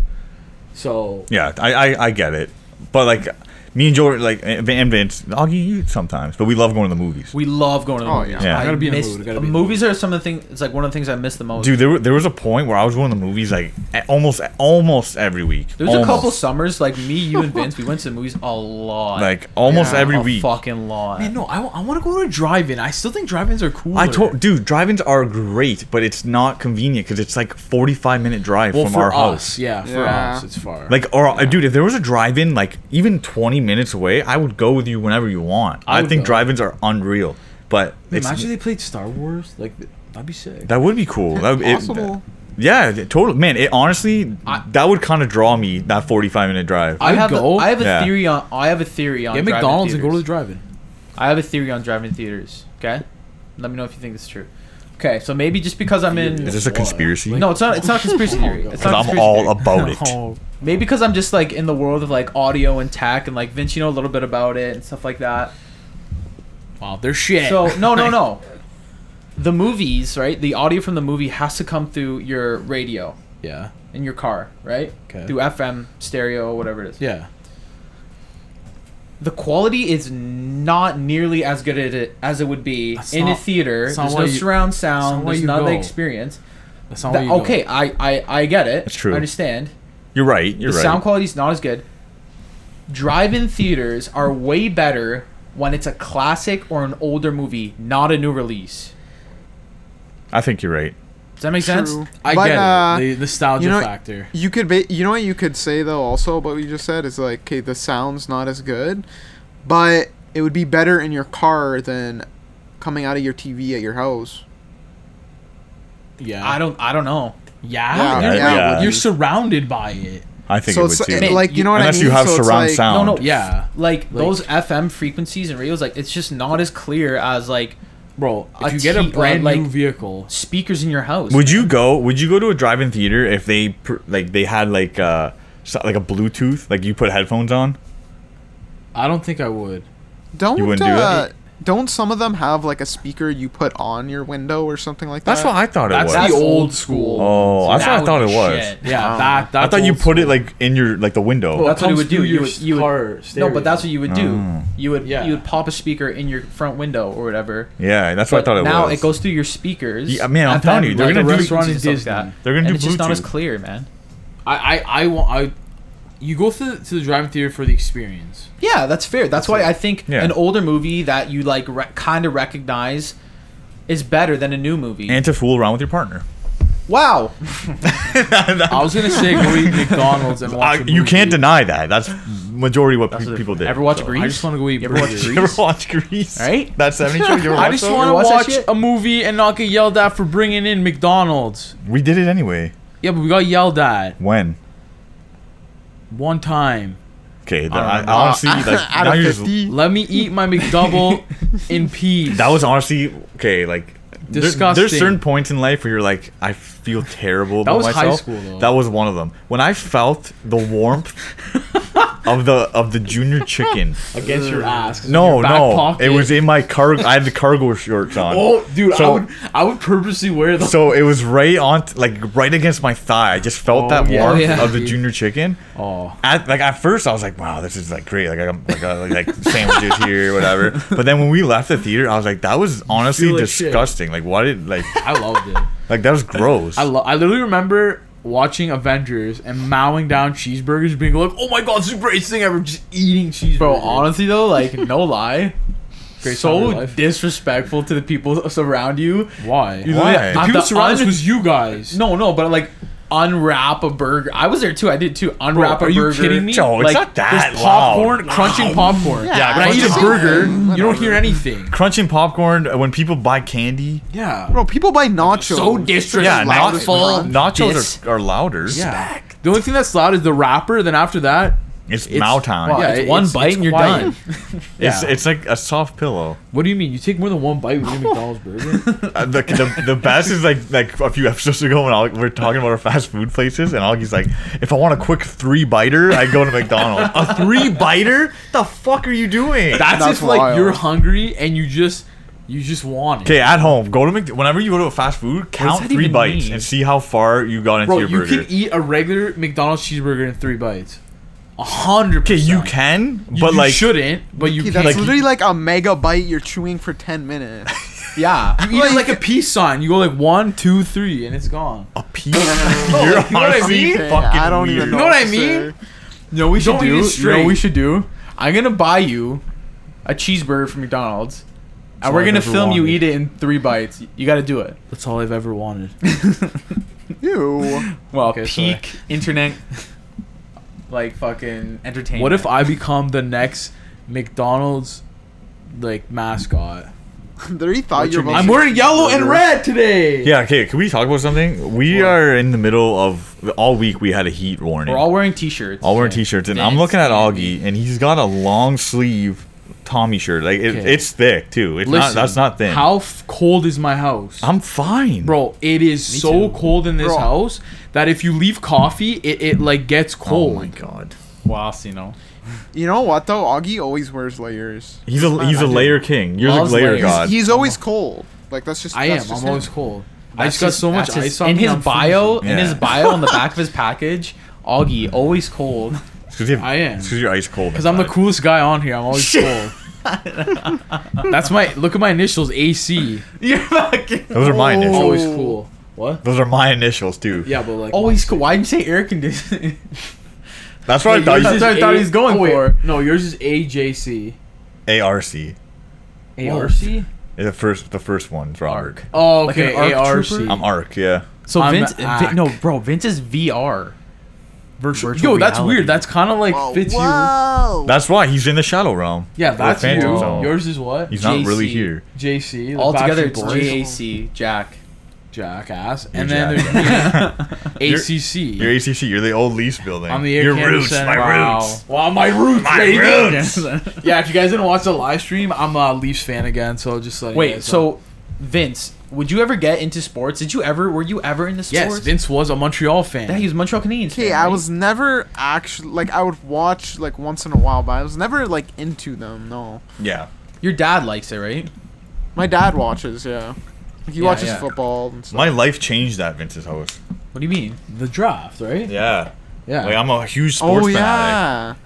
Speaker 4: So
Speaker 1: Yeah, I, I, I get it. But like, me and Jordan, like, and Vin- and Vince, Augie, you sometimes, but we love going to the movies.
Speaker 2: We love going to the
Speaker 3: Oh,
Speaker 2: movies.
Speaker 3: yeah.
Speaker 1: Yeah.
Speaker 2: I
Speaker 4: Gotta be in the
Speaker 2: miss-
Speaker 4: mood, gotta be in the
Speaker 2: movies are some of the things. It's like one of the things I miss the most.
Speaker 1: Dude, there, were- there was a point where I was going to the movies like e- almost almost every week.
Speaker 2: there's
Speaker 1: almost.
Speaker 2: a couple summers like me, you, and Vince. We went to the movies a lot.
Speaker 1: like almost
Speaker 3: Yeah.
Speaker 1: every
Speaker 2: a
Speaker 1: week.
Speaker 2: fucking lot.
Speaker 4: man, no, I, w- I want to go to a drive-in. I still think drive-ins are cool.
Speaker 1: I told dude, drive-ins are great, but it's not convenient because it's like 45 minute drive
Speaker 4: well
Speaker 1: from
Speaker 4: for
Speaker 1: our
Speaker 4: us,
Speaker 1: house.
Speaker 4: yeah, for
Speaker 3: Yeah.
Speaker 4: us, it's far.
Speaker 1: Like or uh, dude, if there was a drive-in like even 20 minutes away, I would go with you whenever you want.
Speaker 4: I
Speaker 1: I,
Speaker 4: would
Speaker 1: think
Speaker 4: go.
Speaker 1: drive-ins are unreal, but it's,
Speaker 4: imagine they played Star Wars. Like th- that'd be sick.
Speaker 1: that would be cool. That, would- it-
Speaker 3: Possible.
Speaker 1: Yeah, th- totally. Man, it honestly
Speaker 2: I-
Speaker 1: that would kind of draw me that forty-five minute drive.
Speaker 4: I
Speaker 2: I
Speaker 4: would
Speaker 2: have
Speaker 4: go.
Speaker 2: A, I have a
Speaker 1: Yeah.
Speaker 2: theory on. I have a theory on.
Speaker 4: Get
Speaker 2: drive-in
Speaker 4: McDonald's and go to the
Speaker 2: theaters.
Speaker 4: drive-in.
Speaker 2: I have a theory on driving theaters. Okay, let me know if you think this is true. Okay, so maybe just because I'm in.
Speaker 1: Is this a
Speaker 4: What?
Speaker 1: conspiracy?
Speaker 2: no, it's not. It's not a conspiracy theory. It's
Speaker 1: because
Speaker 2: not a
Speaker 1: I'm
Speaker 2: conspiracy
Speaker 1: all
Speaker 2: theory.
Speaker 1: about it.
Speaker 4: Oh,
Speaker 2: maybe because I'm just like in the world of like audio and tech and like Vince, you know a little bit about it and stuff like that.
Speaker 4: Wow, they're shit.
Speaker 2: So no, no, no. The movies, right? The audio from the movie has to come through your radio
Speaker 4: yeah,
Speaker 2: in your car, right?
Speaker 4: Okay.
Speaker 2: Through FM, stereo, whatever it is.
Speaker 4: yeah.
Speaker 2: The quality is not nearly as good at it as it would be
Speaker 4: That's
Speaker 2: in a
Speaker 4: not-
Speaker 2: theater.
Speaker 4: that's
Speaker 2: There's
Speaker 4: not
Speaker 2: no
Speaker 4: why you-
Speaker 2: surround
Speaker 4: that's not
Speaker 2: sound.
Speaker 4: why
Speaker 2: There's
Speaker 4: you
Speaker 2: not
Speaker 4: go.
Speaker 2: the experience.
Speaker 4: That's not
Speaker 2: That-
Speaker 4: where you go.
Speaker 2: okay, I, I I get it.
Speaker 1: That's true.
Speaker 2: I understand.
Speaker 1: You're right. You're
Speaker 2: the
Speaker 1: right.
Speaker 2: sound quality's not as good. Drive-in theaters are way better when it's a classic or an older movie, not a new release.
Speaker 1: I think you're right.
Speaker 2: Does that make
Speaker 3: True.
Speaker 2: sense?
Speaker 4: I
Speaker 3: But,
Speaker 4: get
Speaker 3: uh,
Speaker 4: it. The nostalgia
Speaker 3: you know-
Speaker 4: factor.
Speaker 3: You could be, you know what you could say though also about what you just said is like okay the sound's not as good, but it would be better in your car than coming out of your TV at your house.
Speaker 4: Yeah.
Speaker 2: I don't. I don't know.
Speaker 4: Yeah.
Speaker 3: Yeah,
Speaker 4: you're,
Speaker 1: yeah.
Speaker 4: right.
Speaker 1: Yeah.
Speaker 4: You're surrounded by it.
Speaker 1: I think
Speaker 3: So
Speaker 1: it would
Speaker 3: it's
Speaker 1: too.
Speaker 3: it- like you know what I
Speaker 1: Unless
Speaker 3: mean.
Speaker 1: you have
Speaker 3: So it's
Speaker 1: surround
Speaker 3: like-
Speaker 1: sound.
Speaker 2: No, no.
Speaker 4: Yeah.
Speaker 2: Like,
Speaker 4: Like-
Speaker 2: those FM frequencies and radios, like it's just not as clear as like
Speaker 4: Bro,
Speaker 2: A
Speaker 4: if you get a
Speaker 2: T-
Speaker 4: brand
Speaker 2: like-
Speaker 4: new vehicle,
Speaker 2: speakers in your house.
Speaker 1: Would you go? Would you go to a drive-in theater if they pr- like they had like uh so- like a Bluetooth? Like you put headphones on?
Speaker 4: I don't think I would.
Speaker 3: Don't
Speaker 1: You wouldn't do
Speaker 3: uh,
Speaker 1: it?
Speaker 3: Don't some of them have like a speaker you put on your window or something like that?
Speaker 1: That's what I thought it
Speaker 4: that's
Speaker 1: was.
Speaker 4: the
Speaker 2: That's
Speaker 4: old
Speaker 2: old
Speaker 4: school.
Speaker 2: school.
Speaker 1: Oh, that's what I
Speaker 2: That
Speaker 1: thought
Speaker 2: would
Speaker 1: it
Speaker 2: be
Speaker 1: was.
Speaker 2: shit.
Speaker 4: Yeah,
Speaker 3: Um,
Speaker 4: that
Speaker 1: I
Speaker 4: that's
Speaker 1: thought you
Speaker 4: old
Speaker 1: put it
Speaker 4: school.
Speaker 1: like in your like the window.
Speaker 4: Well,
Speaker 2: That's what it
Speaker 4: comes
Speaker 2: would do.
Speaker 4: through
Speaker 2: You
Speaker 4: your
Speaker 2: would- you would-
Speaker 4: car
Speaker 2: No,
Speaker 4: stereo.
Speaker 2: but that's what you would do.
Speaker 1: Mm.
Speaker 2: You would
Speaker 4: Yeah.
Speaker 2: you would pop a speaker in your front window or whatever.
Speaker 1: yeah, that's what I
Speaker 2: But
Speaker 1: thought it
Speaker 2: now
Speaker 1: was.
Speaker 2: it goes through your speakers.
Speaker 1: Yeah, man, I'm telling you, they're
Speaker 2: like
Speaker 1: gonna
Speaker 2: the
Speaker 1: do-
Speaker 2: restaurant
Speaker 4: Disney.
Speaker 2: and stuff like that.
Speaker 1: They're gonna
Speaker 2: and
Speaker 1: do
Speaker 2: it's just not as
Speaker 1: Bluetooth.
Speaker 2: clear, man.
Speaker 4: I I I want I. You go to the, to the drive-in theater for the experience.
Speaker 2: Yeah, that's fair. That's, why I think
Speaker 1: Yeah.
Speaker 2: an older movie that you like re- kind of recognize is better than a new movie.
Speaker 1: and to fool around with your partner.
Speaker 2: wow,
Speaker 4: I was gonna say go eat McDonald's and
Speaker 1: I-
Speaker 4: watch. a
Speaker 1: you can't
Speaker 4: movie.
Speaker 1: deny that. That's majority what,
Speaker 2: That's
Speaker 1: pe-
Speaker 2: what-
Speaker 1: people did.
Speaker 2: Ever watch
Speaker 4: So,
Speaker 2: Grease?
Speaker 4: I just want to go eat
Speaker 2: You ever watch
Speaker 4: burgers.
Speaker 1: You ever watch Grease?
Speaker 2: Right?
Speaker 1: That 70 show? You ever
Speaker 4: I
Speaker 1: watch
Speaker 4: just
Speaker 1: that?
Speaker 4: want to
Speaker 2: watch that
Speaker 4: watch
Speaker 2: shit?
Speaker 4: a movie and not get yelled at for bringing in McDonald's.
Speaker 1: We did it anyway.
Speaker 4: Yeah, but we got yelled at
Speaker 1: When?
Speaker 4: one time.
Speaker 1: Okay,
Speaker 4: don't
Speaker 1: I, I
Speaker 4: know.
Speaker 1: honestly, like,
Speaker 3: out
Speaker 1: now
Speaker 3: of
Speaker 1: you're just-
Speaker 3: fifty.
Speaker 4: Let me eat my McDouble in peace.
Speaker 1: that was honestly okay. Like, there-
Speaker 4: Disgusting.
Speaker 1: there's certain points in life where you're like, I feel terrible
Speaker 4: That
Speaker 1: about
Speaker 4: was high
Speaker 1: myself.
Speaker 4: school, though.
Speaker 1: That was one of them. When I felt the warmth of the of the junior chicken.
Speaker 4: against your ass.
Speaker 1: No,
Speaker 4: your back
Speaker 1: no,
Speaker 4: pocket.
Speaker 1: it was in my cargo. I had the cargo shorts on.
Speaker 4: Oh, dude, I
Speaker 1: So-
Speaker 4: would, I would purposely wear the.
Speaker 1: So it was right on, like right against my thigh. I just felt
Speaker 4: Oh,
Speaker 1: that
Speaker 4: yeah.
Speaker 1: warmth
Speaker 2: Oh, yeah.
Speaker 1: of the junior chicken.
Speaker 4: oh,
Speaker 1: At, like at first, I was like, "Wow, this is like great!" Like, I'm like, uh, like, like sandwiches here, whatever. But then when we left the theater, I was like, "That was honestly
Speaker 4: Feel like shit.
Speaker 1: disgusting. Like, why did like
Speaker 4: I loved it.
Speaker 1: like that was gross?"
Speaker 4: I lo- I literally remember watching Avengers and mowing down cheeseburgers, being like, "Oh my god, this is the greatest thing ever!" Just eating cheeseburgers.
Speaker 2: Bro, honestly though, like no lie,
Speaker 4: Great time of
Speaker 2: so
Speaker 4: life.
Speaker 2: disrespectful to the people surround you.
Speaker 4: why?
Speaker 2: You
Speaker 1: Why?
Speaker 2: literally-
Speaker 1: The
Speaker 2: at
Speaker 4: People
Speaker 2: the
Speaker 4: surrounding us
Speaker 2: un-
Speaker 4: was you guys.
Speaker 2: No, no, but like unwrap a burger. I was there too. I did too. Unwrap
Speaker 4: are
Speaker 2: a
Speaker 4: you
Speaker 2: burger.
Speaker 4: kidding me?
Speaker 1: no, it's
Speaker 2: like,
Speaker 1: not that
Speaker 4: There's popcorn,
Speaker 1: loud.
Speaker 4: crunching popcorn.
Speaker 3: Yeah,
Speaker 4: when I eat a
Speaker 3: crunching
Speaker 4: burger,
Speaker 3: popcorn.
Speaker 4: you don't hear anything.
Speaker 1: Crunching popcorn uh, when people buy candy.
Speaker 4: Yeah.
Speaker 3: Bro, people buy nachos.
Speaker 2: So
Speaker 3: It's
Speaker 1: Yeah,
Speaker 2: disrespectful.
Speaker 3: loud
Speaker 1: nach-
Speaker 3: as fuck.
Speaker 2: Dis-
Speaker 1: nachos are, are louder.
Speaker 4: yeah. The only thing that's loud is the wrapper. Then after that,
Speaker 1: it's,
Speaker 4: It's-
Speaker 1: now time.
Speaker 2: Wow,
Speaker 4: Yeah,
Speaker 2: it's
Speaker 4: it-
Speaker 2: one
Speaker 4: it's-
Speaker 2: bite
Speaker 4: it's
Speaker 2: and you're
Speaker 4: quiet.
Speaker 2: done.
Speaker 1: It's
Speaker 4: yeah.
Speaker 1: it's like a soft pillow.
Speaker 4: what do you mean? You take more than one bite with a McDonald's burger?
Speaker 1: Uh, the, the, the best is like like a few episodes ago when I'll, we're talking about our fast food places and Augie's like, if I want a quick three biter, I go to McDonald's. a three biter? The fuck are you doing?
Speaker 4: That's,
Speaker 3: That's
Speaker 4: if like
Speaker 3: wild.
Speaker 4: you're hungry and you just you just want it.
Speaker 1: Okay, at home, go to Mc, whenever you go to a fast food, count
Speaker 2: that
Speaker 1: three
Speaker 2: even
Speaker 1: bites
Speaker 2: mean?
Speaker 1: and see how far you got into
Speaker 4: Bro,
Speaker 1: your
Speaker 4: you
Speaker 1: burger.
Speaker 4: can eat a regular McDonald's cheeseburger in three bites. A hundred.
Speaker 1: okay,
Speaker 4: percent.
Speaker 1: you can,
Speaker 4: You-
Speaker 1: but
Speaker 4: you
Speaker 1: like,
Speaker 4: shouldn't. But you
Speaker 3: Dude,
Speaker 4: can.
Speaker 3: that's
Speaker 4: Like,
Speaker 3: literally like a megabyte you're chewing for 10 minutes.
Speaker 2: Yeah.
Speaker 4: you eat it like a peace sign. You go like one, two, three, and it's gone.
Speaker 1: a piece.
Speaker 3: Oh,
Speaker 1: you're
Speaker 4: you know what I
Speaker 1: honestly
Speaker 4: mean?
Speaker 1: fucking
Speaker 3: I don't
Speaker 1: weird.
Speaker 3: even
Speaker 4: You
Speaker 3: know.
Speaker 4: know what I
Speaker 3: to
Speaker 4: mean?
Speaker 3: say.
Speaker 2: No, we should
Speaker 4: Don't eat
Speaker 2: do.
Speaker 4: it
Speaker 2: You know what we
Speaker 4: straight.
Speaker 2: should do? I'm gonna buy you a cheeseburger from McDonald's, and we're
Speaker 1: all
Speaker 2: gonna
Speaker 1: I've ever
Speaker 2: film you
Speaker 1: wanted.
Speaker 2: eat it in three bites. You got to do it.
Speaker 4: That's all I've ever wanted.
Speaker 3: Ew.
Speaker 2: Well,
Speaker 4: Okay, sorry.
Speaker 2: peak internet, like fucking entertainment.
Speaker 4: What if I become the next McDonald's like mascot?
Speaker 3: They thought you were about
Speaker 4: I'm
Speaker 3: to-
Speaker 4: wearing yellow and red today.
Speaker 1: Yeah, okay, can we talk about something? We are in the middle of all week we had a heat warning.
Speaker 2: We're all wearing T-shirts.
Speaker 1: all wearing t-shirts and i'm
Speaker 2: Thanks,
Speaker 1: looking at
Speaker 2: Andy.
Speaker 1: augie and he's got a long sleeve tommy shirt like it,
Speaker 4: Okay.
Speaker 1: it's thick too it's not
Speaker 4: Listen,
Speaker 1: that's not thin
Speaker 4: How f- cold is my house?
Speaker 1: i'm fine
Speaker 4: Bro, it is so
Speaker 2: too.
Speaker 4: cold in this
Speaker 3: Bro.
Speaker 4: house that if you leave coffee, it, it like gets
Speaker 1: oh
Speaker 4: cold.
Speaker 1: my god
Speaker 2: Wow, you know.
Speaker 3: You know what though? Augie always wears layers.
Speaker 1: he's a he's a layer king you're the
Speaker 2: Loves
Speaker 1: layer
Speaker 2: layers.
Speaker 1: god
Speaker 3: He's always cold. Like that's just.
Speaker 4: I am.
Speaker 3: that's
Speaker 4: I'm
Speaker 3: just
Speaker 4: always
Speaker 3: him.
Speaker 4: cold. I just got so much
Speaker 2: that's his-
Speaker 4: ice on
Speaker 2: in
Speaker 4: me,
Speaker 2: his
Speaker 4: I'm
Speaker 2: bio.
Speaker 1: freezing.
Speaker 2: In his
Speaker 1: Yeah.
Speaker 2: bio on the back of his package, Augie always cold.
Speaker 1: Because you have-
Speaker 4: I am.
Speaker 1: it's 'cause you're ice cold
Speaker 4: Because I'm the
Speaker 1: inside.
Speaker 4: coolest guy on here. I'm always cool. That's my look at my initials AC.
Speaker 2: You're fucking
Speaker 1: those are my
Speaker 3: Oh.
Speaker 1: initials
Speaker 4: Always cool. What?
Speaker 1: those are my initials too
Speaker 4: Yeah, but like
Speaker 2: always cold. Why did you say air conditioning?
Speaker 1: that's what
Speaker 4: Wait,
Speaker 1: i
Speaker 4: yours
Speaker 1: thought
Speaker 4: is
Speaker 1: you
Speaker 2: That's what I thought he was going
Speaker 4: wait,
Speaker 2: for.
Speaker 4: No, yours is AJC.
Speaker 1: said arc
Speaker 4: ARC?
Speaker 1: the first the first one robert
Speaker 4: Oh,
Speaker 2: Like
Speaker 4: okay.
Speaker 2: an ARC
Speaker 4: ARC.
Speaker 2: trooper?
Speaker 1: i'm arc yeah
Speaker 2: So
Speaker 4: I'm
Speaker 2: Vince,
Speaker 4: the
Speaker 2: Vin, no,
Speaker 4: ack.
Speaker 2: bro, Vince is VR.
Speaker 4: Virtual.
Speaker 2: Virtual
Speaker 4: Yo, that's
Speaker 2: reality.
Speaker 4: weird. That's kind of like
Speaker 3: Whoa,
Speaker 4: fits you.
Speaker 3: whoa.
Speaker 1: that's why he's in the shadow realm
Speaker 4: Yeah,
Speaker 1: Or
Speaker 4: that's you.
Speaker 1: Phantom Zone.
Speaker 4: Yours is what?
Speaker 1: he's not really
Speaker 2: JC.
Speaker 1: here
Speaker 4: JC. the
Speaker 2: Altogether,
Speaker 4: Backstreet
Speaker 2: it's
Speaker 4: Boys. Oh,
Speaker 2: JAC, Jack.
Speaker 4: Jackass.
Speaker 1: You're
Speaker 4: And then
Speaker 1: Jack.
Speaker 4: there's me, ACC.
Speaker 1: You're ACC. You're the old lease building.
Speaker 4: I'm the Air
Speaker 1: Your
Speaker 4: Canada
Speaker 1: roots,
Speaker 4: Center.
Speaker 1: my
Speaker 2: Wow.
Speaker 1: roots.
Speaker 4: Wow, my roots,
Speaker 1: My
Speaker 4: baby.
Speaker 1: roots.
Speaker 4: yeah, if you guys didn't watch the live stream, I'm a Leafs fan again, so just like
Speaker 2: Wait, so Vince, would you ever get into sports? Did you ever? Were you ever into
Speaker 4: yes,
Speaker 2: sports?
Speaker 4: Vince was a Montreal fan.
Speaker 2: Yeah, he was Montreal Canadiens.
Speaker 3: Okay,
Speaker 2: fan,
Speaker 3: I
Speaker 2: right?
Speaker 3: was never actually like I would watch like once in a while, but I was never like into them. No,
Speaker 1: Yeah.
Speaker 2: Your dad likes it, right?
Speaker 3: my dad watches. Yeah, he
Speaker 2: Yeah,
Speaker 3: watches
Speaker 2: yeah.
Speaker 3: football and stuff.
Speaker 1: My life changed at Vince's house.
Speaker 2: What do you mean?
Speaker 4: the draft, right?
Speaker 1: Yeah.
Speaker 2: Oh,
Speaker 4: Yeah.
Speaker 1: Like I'm a huge sports
Speaker 3: oh
Speaker 1: fanatic.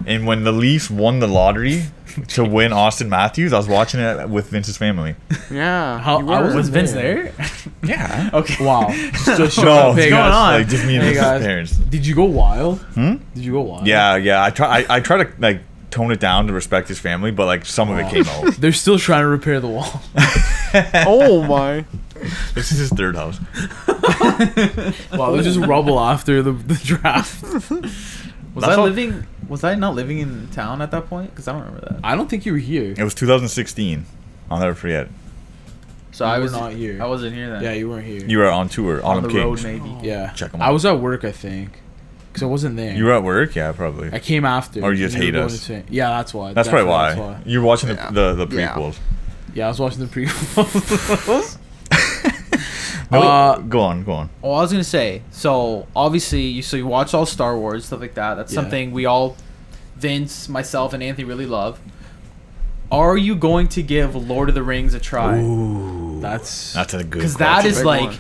Speaker 3: yeah,
Speaker 1: And when the Leafs won the lottery to win Austin Matthews, I was watching it with Vince's family.
Speaker 3: yeah.
Speaker 4: How-
Speaker 3: you
Speaker 4: I
Speaker 3: were.
Speaker 4: was-
Speaker 2: Was Vince
Speaker 4: there.
Speaker 2: there?
Speaker 1: Yeah.
Speaker 2: okay.
Speaker 4: Wow. Just showing
Speaker 1: No,
Speaker 4: up,
Speaker 1: it's
Speaker 4: hey,
Speaker 1: going
Speaker 4: guys.
Speaker 1: on.
Speaker 2: on.
Speaker 1: Like just me and
Speaker 4: Hey,
Speaker 1: Vince's
Speaker 4: guys.
Speaker 1: parents.
Speaker 4: Did you go wild? Hmm? Did you go wild?
Speaker 1: Yeah, yeah. I try. I, I try to like tone it down to respect his family, but like some of it came out.
Speaker 4: They're still trying to repair the wall.
Speaker 3: oh my.
Speaker 1: This is his third house.
Speaker 4: wow, there's just rubble after the, the draft.
Speaker 2: Was
Speaker 1: That's
Speaker 2: I
Speaker 1: all-
Speaker 2: living? Was I not living in town at that point? Because I don't remember that.
Speaker 4: I don't think you were here.
Speaker 1: It was 2016. I'll never forget.
Speaker 2: So
Speaker 4: You
Speaker 2: I
Speaker 4: were
Speaker 2: was
Speaker 4: not here.
Speaker 2: I wasn't here then.
Speaker 4: Yeah, you weren't here.
Speaker 1: You were on tour,
Speaker 2: on
Speaker 1: Autumn
Speaker 2: the road
Speaker 1: Kings.
Speaker 2: maybe.
Speaker 4: yeah.
Speaker 1: Check 'em
Speaker 4: I
Speaker 1: out.
Speaker 4: was at work, I think, because I wasn't there.
Speaker 1: You were at work, yeah, probably.
Speaker 4: I came after.
Speaker 1: Or you just
Speaker 4: were
Speaker 1: hate
Speaker 4: going
Speaker 1: us.
Speaker 4: insane. Yeah, that's why.
Speaker 1: That's probably why.
Speaker 4: Definitely that's
Speaker 1: You're watching the,
Speaker 3: Yeah.
Speaker 1: the, the
Speaker 3: Yeah.
Speaker 1: prequels.
Speaker 4: Yeah, I was watching the prequels.
Speaker 1: No,
Speaker 4: Uh,
Speaker 1: go on, go on.
Speaker 2: Well, I was gonna say. So obviously, you so you watch all Star Wars stuff like that. That's
Speaker 4: Yeah.
Speaker 2: something we all Vince, myself, and Anthony really love. Are you going to give Lord of the Rings a try?
Speaker 1: Ooh,
Speaker 4: That's
Speaker 1: that's a good.
Speaker 2: Because that
Speaker 1: question.
Speaker 2: is
Speaker 3: Big
Speaker 2: like
Speaker 3: one.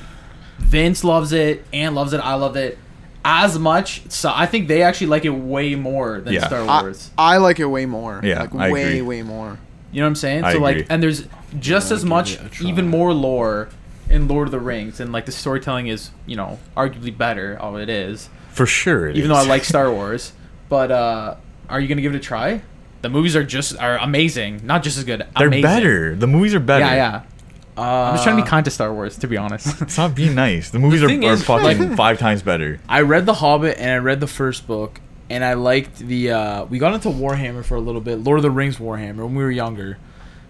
Speaker 2: Vince loves it, and loves it. I love it as much. So I think they actually like it way more than
Speaker 1: Yeah.
Speaker 2: Star
Speaker 3: I,
Speaker 2: Wars.
Speaker 3: I like it way more.
Speaker 1: Yeah,
Speaker 3: like
Speaker 1: I
Speaker 3: way
Speaker 1: agree.
Speaker 3: way more.
Speaker 2: You know what I'm saying?
Speaker 1: I
Speaker 2: so
Speaker 1: agree.
Speaker 2: like, and there's just
Speaker 4: Yeah,
Speaker 2: as
Speaker 4: give
Speaker 2: much,
Speaker 4: it a try.
Speaker 2: even more lore in Lord of the Rings, and like the storytelling is, you know, arguably better. Oh, it is.
Speaker 1: for sure. it
Speaker 2: even though I
Speaker 1: is.
Speaker 2: like Star Wars, but uh, are you gonna give it a try? The movies are just are amazing, not just as good.
Speaker 1: they're
Speaker 2: amazing.
Speaker 1: better. The movies are better.
Speaker 2: Yeah, yeah.
Speaker 4: Uh,
Speaker 2: I'm just trying to be kind to Star Wars, to be honest.
Speaker 1: Stop being nice. The movies
Speaker 4: The
Speaker 1: are,
Speaker 4: thing
Speaker 1: are
Speaker 4: is,
Speaker 1: fucking
Speaker 4: like-
Speaker 1: five times better.
Speaker 4: I read The Hobbit and I read the first book and I liked the uh we got into Warhammer for a little bit, Lord of the Rings Warhammer when we were younger.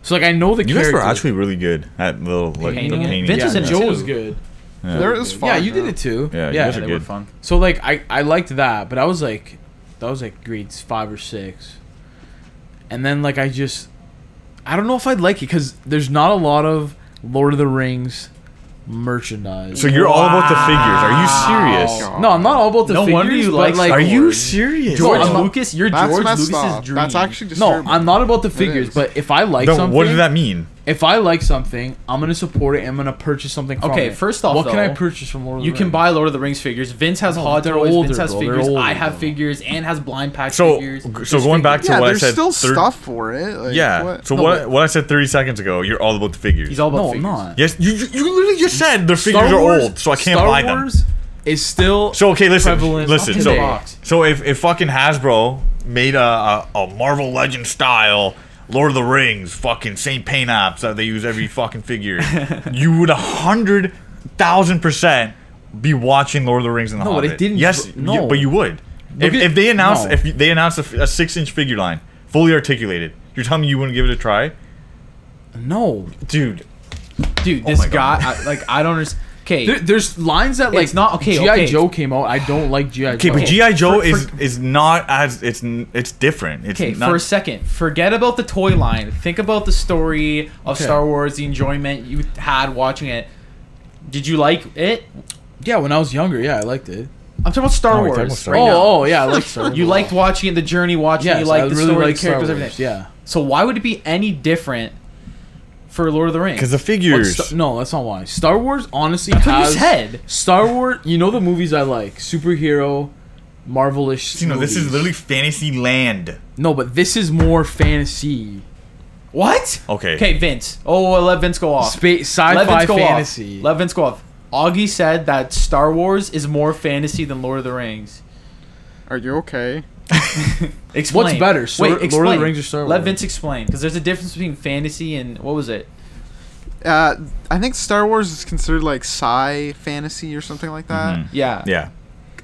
Speaker 4: So like I know the
Speaker 1: You guys
Speaker 4: characters.
Speaker 1: were actually really good at little like
Speaker 2: Painting
Speaker 1: the
Speaker 2: it?
Speaker 1: painting.
Speaker 2: Vince
Speaker 4: yeah,
Speaker 2: was in it
Speaker 4: Joe
Speaker 2: too.
Speaker 4: was good.
Speaker 1: Yeah.
Speaker 3: There is fun.
Speaker 4: yeah, you did
Speaker 3: yeah.
Speaker 4: it too.
Speaker 1: Yeah, you
Speaker 4: yeah.
Speaker 1: guys are
Speaker 2: they were
Speaker 1: good.
Speaker 2: fun.
Speaker 4: So like I I liked that, but I was like that was like grades 5 or 6. And then like I just I don't know if I'd like it cuz there's not a lot of Lord of the Rings merchandise.
Speaker 1: So you're all about the figures. Are you serious?
Speaker 3: Wow.
Speaker 4: no, I'm not all about the
Speaker 2: No
Speaker 4: figures,
Speaker 2: wonder you
Speaker 4: but,
Speaker 2: like
Speaker 4: like
Speaker 2: Star
Speaker 1: Are you
Speaker 2: Lord.
Speaker 1: serious?
Speaker 2: George
Speaker 4: I'm not-
Speaker 2: Lucas, you're
Speaker 3: That's
Speaker 2: George
Speaker 3: messed
Speaker 2: Lucas's
Speaker 3: up.
Speaker 2: dream.
Speaker 3: That's actually
Speaker 4: No,
Speaker 3: disturbing.
Speaker 4: I'm not about the figures,
Speaker 3: is.
Speaker 4: but if I like
Speaker 1: no,
Speaker 4: something,
Speaker 1: what does that mean?
Speaker 4: if I like something, I'm gonna support it. and I'm gonna purchase something. From
Speaker 2: Okay,
Speaker 4: it.
Speaker 2: first off,
Speaker 4: what can I
Speaker 2: though,
Speaker 4: purchase from Lord of the
Speaker 2: You can
Speaker 4: Rings?
Speaker 2: buy Lord of the Rings figures. Vince has
Speaker 4: No,
Speaker 2: hot
Speaker 4: they're
Speaker 2: toys.
Speaker 4: older,
Speaker 2: Vince has
Speaker 4: bro. They're
Speaker 2: figures. I
Speaker 4: older,
Speaker 2: have
Speaker 4: bro.
Speaker 2: figures. and has blind pack
Speaker 1: So,
Speaker 2: figures.
Speaker 1: so going
Speaker 2: There's
Speaker 1: back to
Speaker 3: yeah,
Speaker 1: what I
Speaker 3: there's
Speaker 1: said.
Speaker 3: still
Speaker 1: thir-
Speaker 3: stuff for it. Like,
Speaker 1: Yeah.
Speaker 3: What?
Speaker 1: So
Speaker 4: No,
Speaker 1: what?
Speaker 4: but-
Speaker 1: What I said 30 seconds ago. You're all about the figures.
Speaker 2: He's all about
Speaker 4: No, I'm
Speaker 2: figures.
Speaker 4: not.
Speaker 1: yes. You, you you literally just said the
Speaker 4: Star
Speaker 1: figures
Speaker 4: Wars-
Speaker 1: are old, so I can't
Speaker 4: Star
Speaker 1: buy them.
Speaker 4: Wars is still
Speaker 1: So okay, listen,
Speaker 4: prevalent
Speaker 1: listen.
Speaker 4: today.
Speaker 1: So, so if, if fucking Hasbro made a, a, a Marvel Legend style Lord of the Rings fucking same paint apps that they use every fucking figure, you would a hundred thousand percent be watching Lord of the Rings and the
Speaker 4: No, but
Speaker 1: Hobbit.
Speaker 4: it didn't-
Speaker 1: Yes,
Speaker 4: no.
Speaker 1: you- but you would. If,
Speaker 4: at-
Speaker 1: if they announced
Speaker 4: no.
Speaker 1: if they announced a, f- a six inch figure line fully articulated, you're telling me you wouldn't give it a try,
Speaker 4: no,
Speaker 1: dude.
Speaker 2: Dude,
Speaker 4: Oh
Speaker 2: this
Speaker 1: my
Speaker 2: guy,
Speaker 1: God.
Speaker 2: I, like, I don't understand.
Speaker 4: there,
Speaker 2: Okay,
Speaker 4: there's lines that like
Speaker 2: It's not- okay,
Speaker 4: GI
Speaker 2: okay.
Speaker 4: Joe came out. I don't like GI
Speaker 1: Okay,
Speaker 4: Joe.
Speaker 1: but GI Joe
Speaker 2: for-
Speaker 1: is is not as it's n- it's different. It's
Speaker 2: Okay,
Speaker 1: not,
Speaker 2: for a second, forget about the toy line. Think about the story of
Speaker 4: Okay.
Speaker 2: Star Wars, the enjoyment you had watching it. Did you like it?
Speaker 4: yeah, when I was younger, yeah, I liked it.
Speaker 2: I'm talking about Star
Speaker 1: No, we're
Speaker 2: Wars.
Speaker 1: talking about Star
Speaker 2: right
Speaker 4: oh,
Speaker 1: Wars.
Speaker 2: now.
Speaker 4: oh, yeah, I liked Star Wars.
Speaker 2: You liked watching it, the journey, watching it.
Speaker 4: Yes,
Speaker 2: You liked
Speaker 4: I
Speaker 2: the
Speaker 4: really
Speaker 2: story,
Speaker 4: liked
Speaker 2: the
Speaker 4: Star
Speaker 2: characters,
Speaker 4: Wars,
Speaker 2: everything.
Speaker 4: Yeah,
Speaker 2: So why would it be any different for Lord of the Rings?
Speaker 1: because the
Speaker 4: But
Speaker 1: figures.
Speaker 4: Sta- no, that's not why. Star Wars honestly
Speaker 2: what you
Speaker 4: has
Speaker 2: said.
Speaker 4: Star Wars. You know the movies I like: superhero, Marvelish.
Speaker 1: You know, this is
Speaker 4: movies.
Speaker 1: literally fantasy land.
Speaker 4: no, but this is more fantasy,
Speaker 2: what?
Speaker 1: Okay.
Speaker 2: Okay, Vince. Oh, well, let Vince go off.
Speaker 4: space,
Speaker 2: let
Speaker 4: sci-fi,
Speaker 2: Vince go
Speaker 4: fantasy.
Speaker 2: off. Let Vince go off. Augie said that Star Wars is more fantasy than Lord of the Rings.
Speaker 3: Are you okay?
Speaker 2: Explain.
Speaker 4: better, Star- Lord of the
Speaker 2: explain.
Speaker 4: Rings or Star
Speaker 2: Let
Speaker 4: Wars?
Speaker 2: Vince explain, because there's a difference between fantasy and what was it?
Speaker 3: Uh, I think Star Wars is considered like sci fantasy or something like that.
Speaker 1: Mhm.
Speaker 2: Yeah.
Speaker 1: Yeah.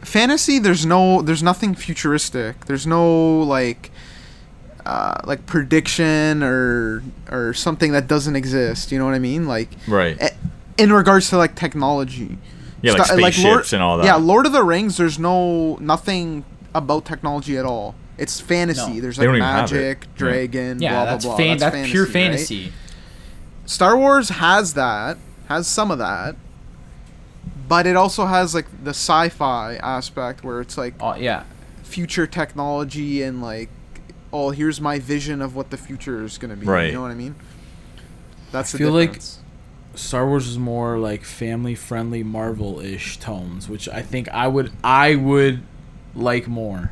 Speaker 3: Fantasy, there's no, there's nothing futuristic. There's no like, uh, like prediction or or something that doesn't exist. You know what I mean? Like
Speaker 1: Right.
Speaker 3: eh, in regards to like technology.
Speaker 1: Yeah, like
Speaker 3: Sta-
Speaker 1: spaceships
Speaker 3: Lord-
Speaker 1: and all that.
Speaker 3: Yeah, Lord of the Rings. There's no nothing about technology at all. It's fantasy.
Speaker 2: No.
Speaker 3: There's
Speaker 1: They
Speaker 3: like
Speaker 1: don't even have it.
Speaker 3: magic,
Speaker 1: Yeah.
Speaker 3: dragon,
Speaker 2: Yeah,
Speaker 3: blah
Speaker 2: that's,
Speaker 3: blah blah.
Speaker 2: fan- that's, pure
Speaker 3: right?
Speaker 2: fantasy.
Speaker 3: Star Wars has that, has some of that, but it also has like the sci-fi aspect where it's like
Speaker 2: Oh, yeah.
Speaker 3: future technology and like, oh, here's my vision of what the future is gonna be.
Speaker 1: Right.
Speaker 3: You know what I mean? That's
Speaker 4: I
Speaker 3: the
Speaker 4: feel like-
Speaker 3: difference.
Speaker 4: Star Wars is more like family-friendly Marvel-ish tones, which I think I would I would like more.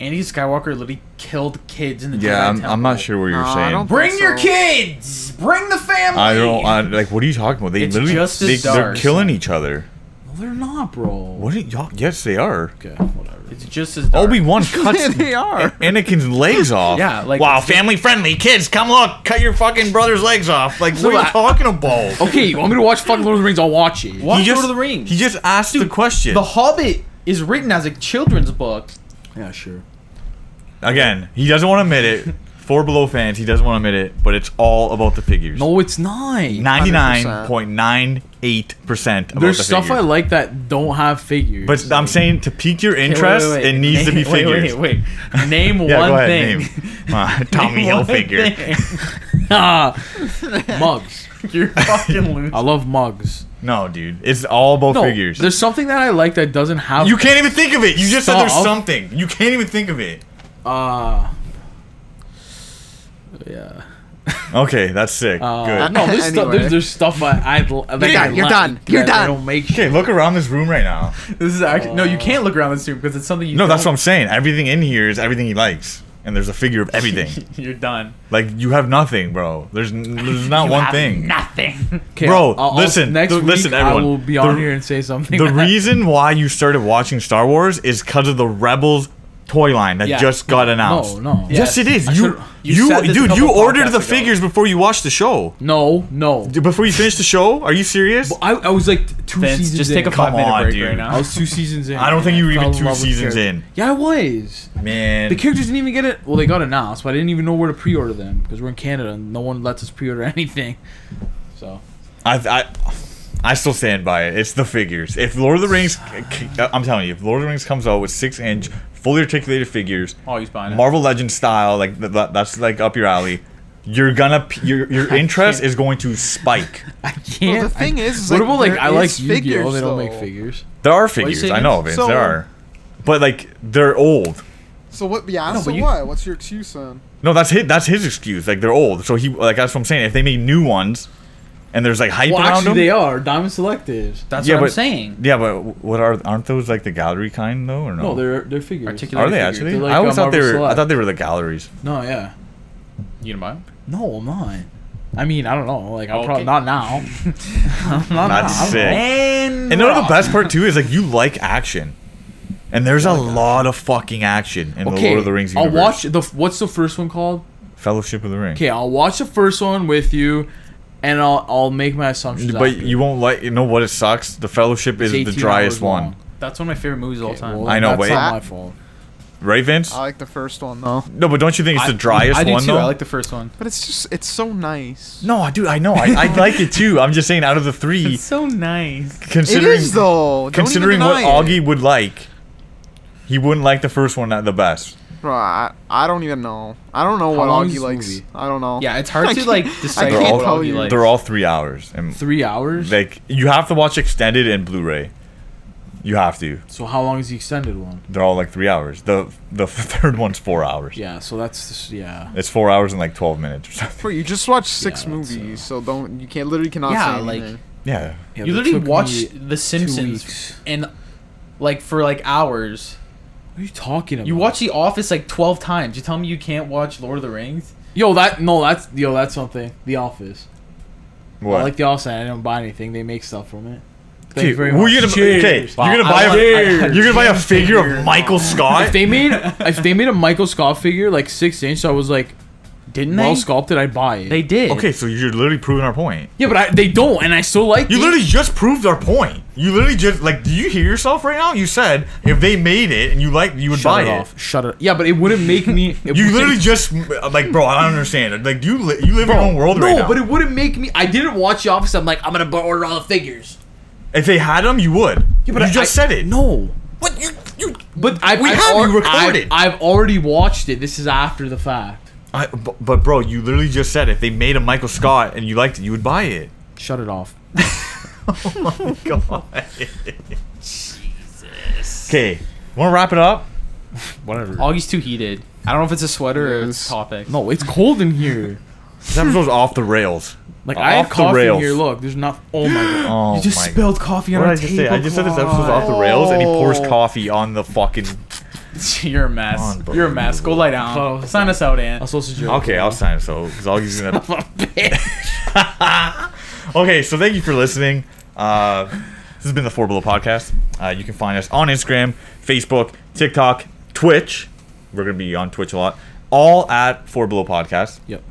Speaker 2: Andy Skywalker literally killed kids in the Jedi
Speaker 1: Yeah, I'm,
Speaker 2: Temple.
Speaker 1: I'm not sure what you're
Speaker 3: No, I
Speaker 1: saying. I
Speaker 3: don't
Speaker 1: don't.
Speaker 2: Bring your
Speaker 3: So-
Speaker 2: kids. Bring the family.
Speaker 1: I like. What are you talking about? They
Speaker 2: It's
Speaker 1: literally
Speaker 2: just as
Speaker 1: they, they're
Speaker 2: dark.
Speaker 1: killing each other.
Speaker 4: No, they're not, bro.
Speaker 1: What? Are y'all, yes, they are.
Speaker 4: Okay, whatever.
Speaker 2: It's just as dark.
Speaker 1: Obi Wan cuts
Speaker 3: they are.
Speaker 1: Anakin's legs off.
Speaker 2: Yeah, like-
Speaker 1: wow, family friendly kids, come look, cut your fucking brother's legs off. Like, what are you
Speaker 4: I-
Speaker 1: talking about?
Speaker 4: Okay, you want me to watch fucking Lord of the Rings? I'll watch it.
Speaker 2: Watch
Speaker 1: He just-
Speaker 2: Oh, Lord of the Rings.
Speaker 1: He just asked the question
Speaker 2: the Hobbit is written as a children's book.
Speaker 4: Yeah, sure.
Speaker 1: again. He doesn't want to admit it. Four below fans, he doesn't want to admit it, but it's all about the figures.
Speaker 4: No, it's not.
Speaker 2: uh,
Speaker 1: Ninety-nine point nine eight percent.
Speaker 4: There's stuff I like that don't have figures.
Speaker 1: But I'm saying to pique your
Speaker 2: Okay, wait,
Speaker 1: interest,
Speaker 2: wait, wait.
Speaker 1: it needs to be
Speaker 2: Wait,
Speaker 1: figures.
Speaker 2: Wait, wait, wait. Name
Speaker 1: Yeah,
Speaker 2: one
Speaker 1: go ahead.
Speaker 2: thing.
Speaker 1: Name. Uh, Tommy
Speaker 2: Name
Speaker 1: Hill
Speaker 2: one
Speaker 1: figure.
Speaker 2: thing.
Speaker 4: Ah, mugs.
Speaker 2: You're fucking loser.
Speaker 4: I love mugs.
Speaker 1: No, dude, it's all about
Speaker 4: No,
Speaker 1: figures.
Speaker 4: there's something that I like that doesn't have.
Speaker 1: you can't even think of it. You just said there's
Speaker 4: Stop.
Speaker 1: something. You can't even think of it.
Speaker 4: Uh, yeah.
Speaker 1: Okay, that's sick.
Speaker 4: Uh,
Speaker 1: Good.
Speaker 4: No, there's, stuff,
Speaker 3: Anyway.
Speaker 4: there's, there's stuff I I you're
Speaker 3: done, you're done, you're done.
Speaker 4: Don't make shit.
Speaker 1: Okay, look around this room right now.
Speaker 2: This is actually no. You can't look around this room because it's something you.
Speaker 1: No, that's what
Speaker 2: don't-
Speaker 1: I'm saying. Everything in here is everything he likes, and there's a figure of everything.
Speaker 2: You're done.
Speaker 1: like you have nothing, bro. There's n- there's not
Speaker 2: You
Speaker 1: one
Speaker 2: have
Speaker 1: thing.
Speaker 2: Nothing.
Speaker 4: Okay,
Speaker 1: Bro, listen,
Speaker 4: Next
Speaker 1: th-
Speaker 4: week,
Speaker 1: listen,
Speaker 4: I
Speaker 1: everyone.
Speaker 4: will be on
Speaker 1: The-
Speaker 4: here and say something.
Speaker 1: the reason why you started watching Star Wars is because of the Rebels toy line that
Speaker 2: Yeah.
Speaker 1: just got announced.
Speaker 4: no.
Speaker 1: Yes,
Speaker 2: Yes.
Speaker 1: it is.
Speaker 4: I
Speaker 1: You,
Speaker 4: should've-
Speaker 2: you
Speaker 1: you,
Speaker 2: said this a
Speaker 1: dude,
Speaker 2: couple
Speaker 1: you ordered
Speaker 2: podcasts
Speaker 1: the
Speaker 2: ago.
Speaker 1: figures before you watched the show.
Speaker 4: No, no.
Speaker 1: Dude, Before you finished the show? Are you serious?
Speaker 4: I, I was like t- two
Speaker 2: Vince,
Speaker 4: seasons
Speaker 2: just
Speaker 4: in.
Speaker 2: take a
Speaker 1: Come
Speaker 2: five minute
Speaker 1: on,
Speaker 2: break
Speaker 1: dude.
Speaker 2: right
Speaker 4: I
Speaker 2: now.
Speaker 4: was two seasons in.
Speaker 1: I don't think you were
Speaker 4: Fell
Speaker 1: even
Speaker 4: in
Speaker 1: two
Speaker 4: love with
Speaker 1: seasons
Speaker 4: character.
Speaker 1: in.
Speaker 4: Yeah, I was.
Speaker 1: Man.
Speaker 4: The characters didn't even get it. Well, they got announced, but I didn't even know where to pre-order them because we're in Canada and no one lets us pre-order anything. So
Speaker 1: I, I, I still stand by it. It's the figures. If Lord of the Rings, uh, I'm telling you, if Lord of the Rings comes out with six inch, fully articulated figures,
Speaker 2: Oh, he's buying it.
Speaker 1: Marvel Legends style, like th- th- that's like up your alley. You're gonna p- your your interest is going to spike.
Speaker 4: I can't.
Speaker 3: Well, the thing
Speaker 4: I,
Speaker 3: is, is,
Speaker 4: what
Speaker 3: like,
Speaker 4: about like
Speaker 3: there
Speaker 4: I like
Speaker 3: is
Speaker 4: Yu-Gi-Oh.
Speaker 3: figures,
Speaker 4: They
Speaker 3: though.
Speaker 4: don't make figures.
Speaker 1: There are figures,
Speaker 2: saying,
Speaker 1: I know, Vince.
Speaker 3: So-
Speaker 1: there are, but like they're old.
Speaker 3: So what? Yeah.
Speaker 4: No,
Speaker 3: so
Speaker 4: but you-
Speaker 3: what? What's your excuse then?
Speaker 1: No, that's his, that's his excuse. Like they're old, so he like that's what I'm saying. If they make new ones, and there's like hype
Speaker 4: Well,
Speaker 1: around
Speaker 4: actually,
Speaker 1: them,
Speaker 4: they are diamond selectives.
Speaker 2: That's
Speaker 1: Yeah,
Speaker 2: what
Speaker 1: but-
Speaker 2: I'm saying.
Speaker 1: yeah, but what are aren't those like the gallery kind though, or no?
Speaker 4: No, they're they're figures.
Speaker 2: Articulate-
Speaker 1: are they
Speaker 2: figures.
Speaker 1: actually?
Speaker 4: They're like,
Speaker 1: I always
Speaker 4: uh,
Speaker 1: thought they were.
Speaker 4: Marvel
Speaker 1: I
Speaker 4: Select.
Speaker 1: thought they were the galleries.
Speaker 4: No, yeah.
Speaker 2: You gonna buy him?
Speaker 4: No, I'm not. I mean, I don't know. Like, I'll
Speaker 2: Oh, Okay.
Speaker 4: probably not now. not now.
Speaker 1: That's
Speaker 4: I don't
Speaker 1: sick.
Speaker 4: know.
Speaker 2: And
Speaker 1: And you know the best part too is like you like action, and there's a lot of fucking action in the
Speaker 4: Oh Okay,
Speaker 1: Lord of the Rings
Speaker 4: I'll
Speaker 1: universe.
Speaker 4: watch the what's the first one called?
Speaker 1: Fellowship of the Ring.
Speaker 4: Okay, I'll watch the first one with you, and I'll I'll make my assumptions.
Speaker 1: But
Speaker 4: after.
Speaker 1: you won't like. You know what? It sucks. The Fellowship is
Speaker 4: It's
Speaker 1: the
Speaker 4: 18
Speaker 1: driest
Speaker 4: hours
Speaker 1: one,
Speaker 4: long.
Speaker 2: That's one of my favorite movies of all
Speaker 4: Okay,
Speaker 2: time.
Speaker 4: well,
Speaker 1: I know,
Speaker 4: That's
Speaker 1: wait.
Speaker 4: not my fault.
Speaker 1: right, Vince?
Speaker 4: Uh,
Speaker 3: I like the first one though.
Speaker 1: no, but don't you think it's the
Speaker 2: I-
Speaker 1: driest
Speaker 2: I do
Speaker 1: one
Speaker 2: too.
Speaker 1: though?
Speaker 2: I like the first one.
Speaker 3: But it's just it's so nice.
Speaker 1: no, dude, I know. I, I like it too. I'm just saying, out of the three,
Speaker 2: so nice.
Speaker 3: It
Speaker 1: considering
Speaker 3: is though. Don't even
Speaker 1: considering what
Speaker 3: deny
Speaker 1: Augie
Speaker 3: it.
Speaker 1: would like, he wouldn't like the first one at the best.
Speaker 3: Bro, I, I don't even know. I don't know
Speaker 4: How
Speaker 3: what
Speaker 4: long is
Speaker 3: Augie
Speaker 4: this
Speaker 3: likes.
Speaker 4: movie?
Speaker 3: I don't know.
Speaker 2: Yeah, it's hard
Speaker 3: I
Speaker 2: to
Speaker 3: can't-
Speaker 2: like
Speaker 3: I
Speaker 2: decipher
Speaker 1: can't
Speaker 2: what
Speaker 1: tell
Speaker 2: Augie
Speaker 3: you.
Speaker 2: likes.
Speaker 1: They're all three hours, and
Speaker 4: Three hours.
Speaker 1: like you have to watch extended and Blu-ray. You have to.
Speaker 4: so how long is the extended one?
Speaker 1: They're all like three hours. The the third one's four hours.
Speaker 4: Yeah. So that's just, yeah.
Speaker 1: It's four hours and like twelve minutes or something.
Speaker 3: Bro, you just watched six
Speaker 4: that's, uh,
Speaker 3: movies, so don't you can't literally cannot
Speaker 2: Yeah,
Speaker 3: say
Speaker 2: like-
Speaker 3: anything.
Speaker 1: Yeah.
Speaker 4: Yeah,
Speaker 2: you
Speaker 4: that
Speaker 2: literally
Speaker 4: took me-
Speaker 2: watch The
Speaker 4: weeks.
Speaker 2: Simpsons and like for like hours.
Speaker 4: What are you talking about?
Speaker 2: You watch The Office like twelve times. You tell me you can't watch Lord of the Rings?
Speaker 4: Yo, that no, that's yo, that's something. The Office.
Speaker 1: What?
Speaker 4: I like The Office. and I don't buy anything. They make stuff from it. Thank
Speaker 1: Okay,
Speaker 4: you very
Speaker 1: were
Speaker 4: much.
Speaker 1: you gonna- okay,
Speaker 4: Cheers.
Speaker 1: you're gonna
Speaker 2: Wow,
Speaker 1: buy
Speaker 2: I
Speaker 1: a-
Speaker 2: want- I- I-
Speaker 1: You're gonna buy a figure of Michael
Speaker 4: If
Speaker 1: Scott?
Speaker 4: they made if they made a Michael Scott figure like six inch, I was like
Speaker 2: Didn't they?
Speaker 4: well sculpted, I'd buy it.
Speaker 2: They did.
Speaker 1: Okay, so you're literally proving our point.
Speaker 4: yeah, but I, they don't, and I still like
Speaker 1: You
Speaker 4: it.
Speaker 1: literally just proved our point. You literally just like, do you hear yourself right now? You said if they made it and you like, you would
Speaker 4: shut
Speaker 1: buy
Speaker 4: it
Speaker 1: it.
Speaker 4: off. Shut it. Yeah, but it wouldn't make me. It
Speaker 1: You
Speaker 4: wouldn't-
Speaker 1: literally just uh, like, bro, I don't understand. Like, do you li- you live
Speaker 4: Bro,
Speaker 1: your own world
Speaker 4: no,
Speaker 1: right now?
Speaker 4: but it wouldn't make me. I didn't watch The Office. I'm like, I'm gonna bu- order all the figures.
Speaker 1: if they had them, you would.
Speaker 4: Yeah, but
Speaker 1: you
Speaker 4: I-
Speaker 1: just
Speaker 4: I-
Speaker 1: said it.
Speaker 4: No.
Speaker 1: What you you?
Speaker 4: But I've,
Speaker 1: We
Speaker 4: I've
Speaker 1: have you
Speaker 4: al-
Speaker 1: recorded.
Speaker 4: I've, I've already watched it. This is after the fact.
Speaker 1: I, bu- but bro, you literally just said if they made a Michael Scott and you liked it, you would buy it.
Speaker 4: Shut it off.
Speaker 1: Oh my god. Jesus. Okay, want to wrap it up?
Speaker 4: Whatever.
Speaker 2: Augie's too heated. I don't know if it's a sweater or
Speaker 3: Yes.
Speaker 2: it's topic.
Speaker 4: No, it's cold in here.
Speaker 1: This episode's off the rails.
Speaker 4: Like
Speaker 1: Off
Speaker 4: I have
Speaker 1: the
Speaker 4: coffee
Speaker 1: rails.
Speaker 4: in here. Look, there's not. Oh my god.
Speaker 1: Oh
Speaker 2: you just
Speaker 1: my
Speaker 2: spilled coffee on
Speaker 1: What
Speaker 2: our
Speaker 1: did I just say? I just said this episode's off the rails, and he pours coffee on the fucking.
Speaker 2: tablecloth. You're a mess.
Speaker 1: Unbelievable.
Speaker 2: You're a mess. Go lie down.
Speaker 4: Oh,
Speaker 2: Sign us out, Ant.
Speaker 4: I'm supposed to joke.
Speaker 1: Okay, I'll sign it. So, because Augie's gonna. Okay, so thank you for listening. Uh, this has been the Four Below podcast. Uh, you can find us on Instagram, Facebook, TikTok, Twitch. We're gonna be on Twitch a lot. All at Four Below Podcast.
Speaker 4: Yep.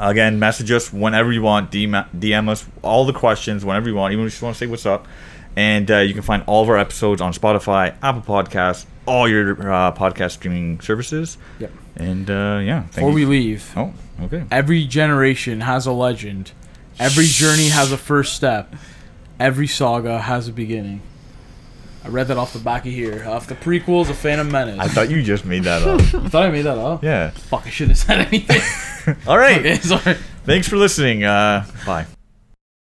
Speaker 1: Again, message us whenever you want. DM, DM us all the questions whenever you want. Even if you just want to say what's up. And uh, you can find all of our episodes on Spotify, Apple Podcasts, all your uh, podcast streaming services.
Speaker 4: Yep.
Speaker 1: And uh, yeah, thank
Speaker 4: Before
Speaker 1: you.
Speaker 4: we leave,
Speaker 1: oh, okay.
Speaker 4: every generation has a legend. Every journey has a first step. Every saga has a beginning. I read that off the back of here. Off the prequels of Phantom Menace.
Speaker 1: I thought you just made that up.
Speaker 4: I thought I made that up.
Speaker 1: yeah.
Speaker 4: Fuck, I shouldn't have said anything.
Speaker 1: All right.
Speaker 4: okay, sorry.
Speaker 1: Thanks for listening. Uh, bye.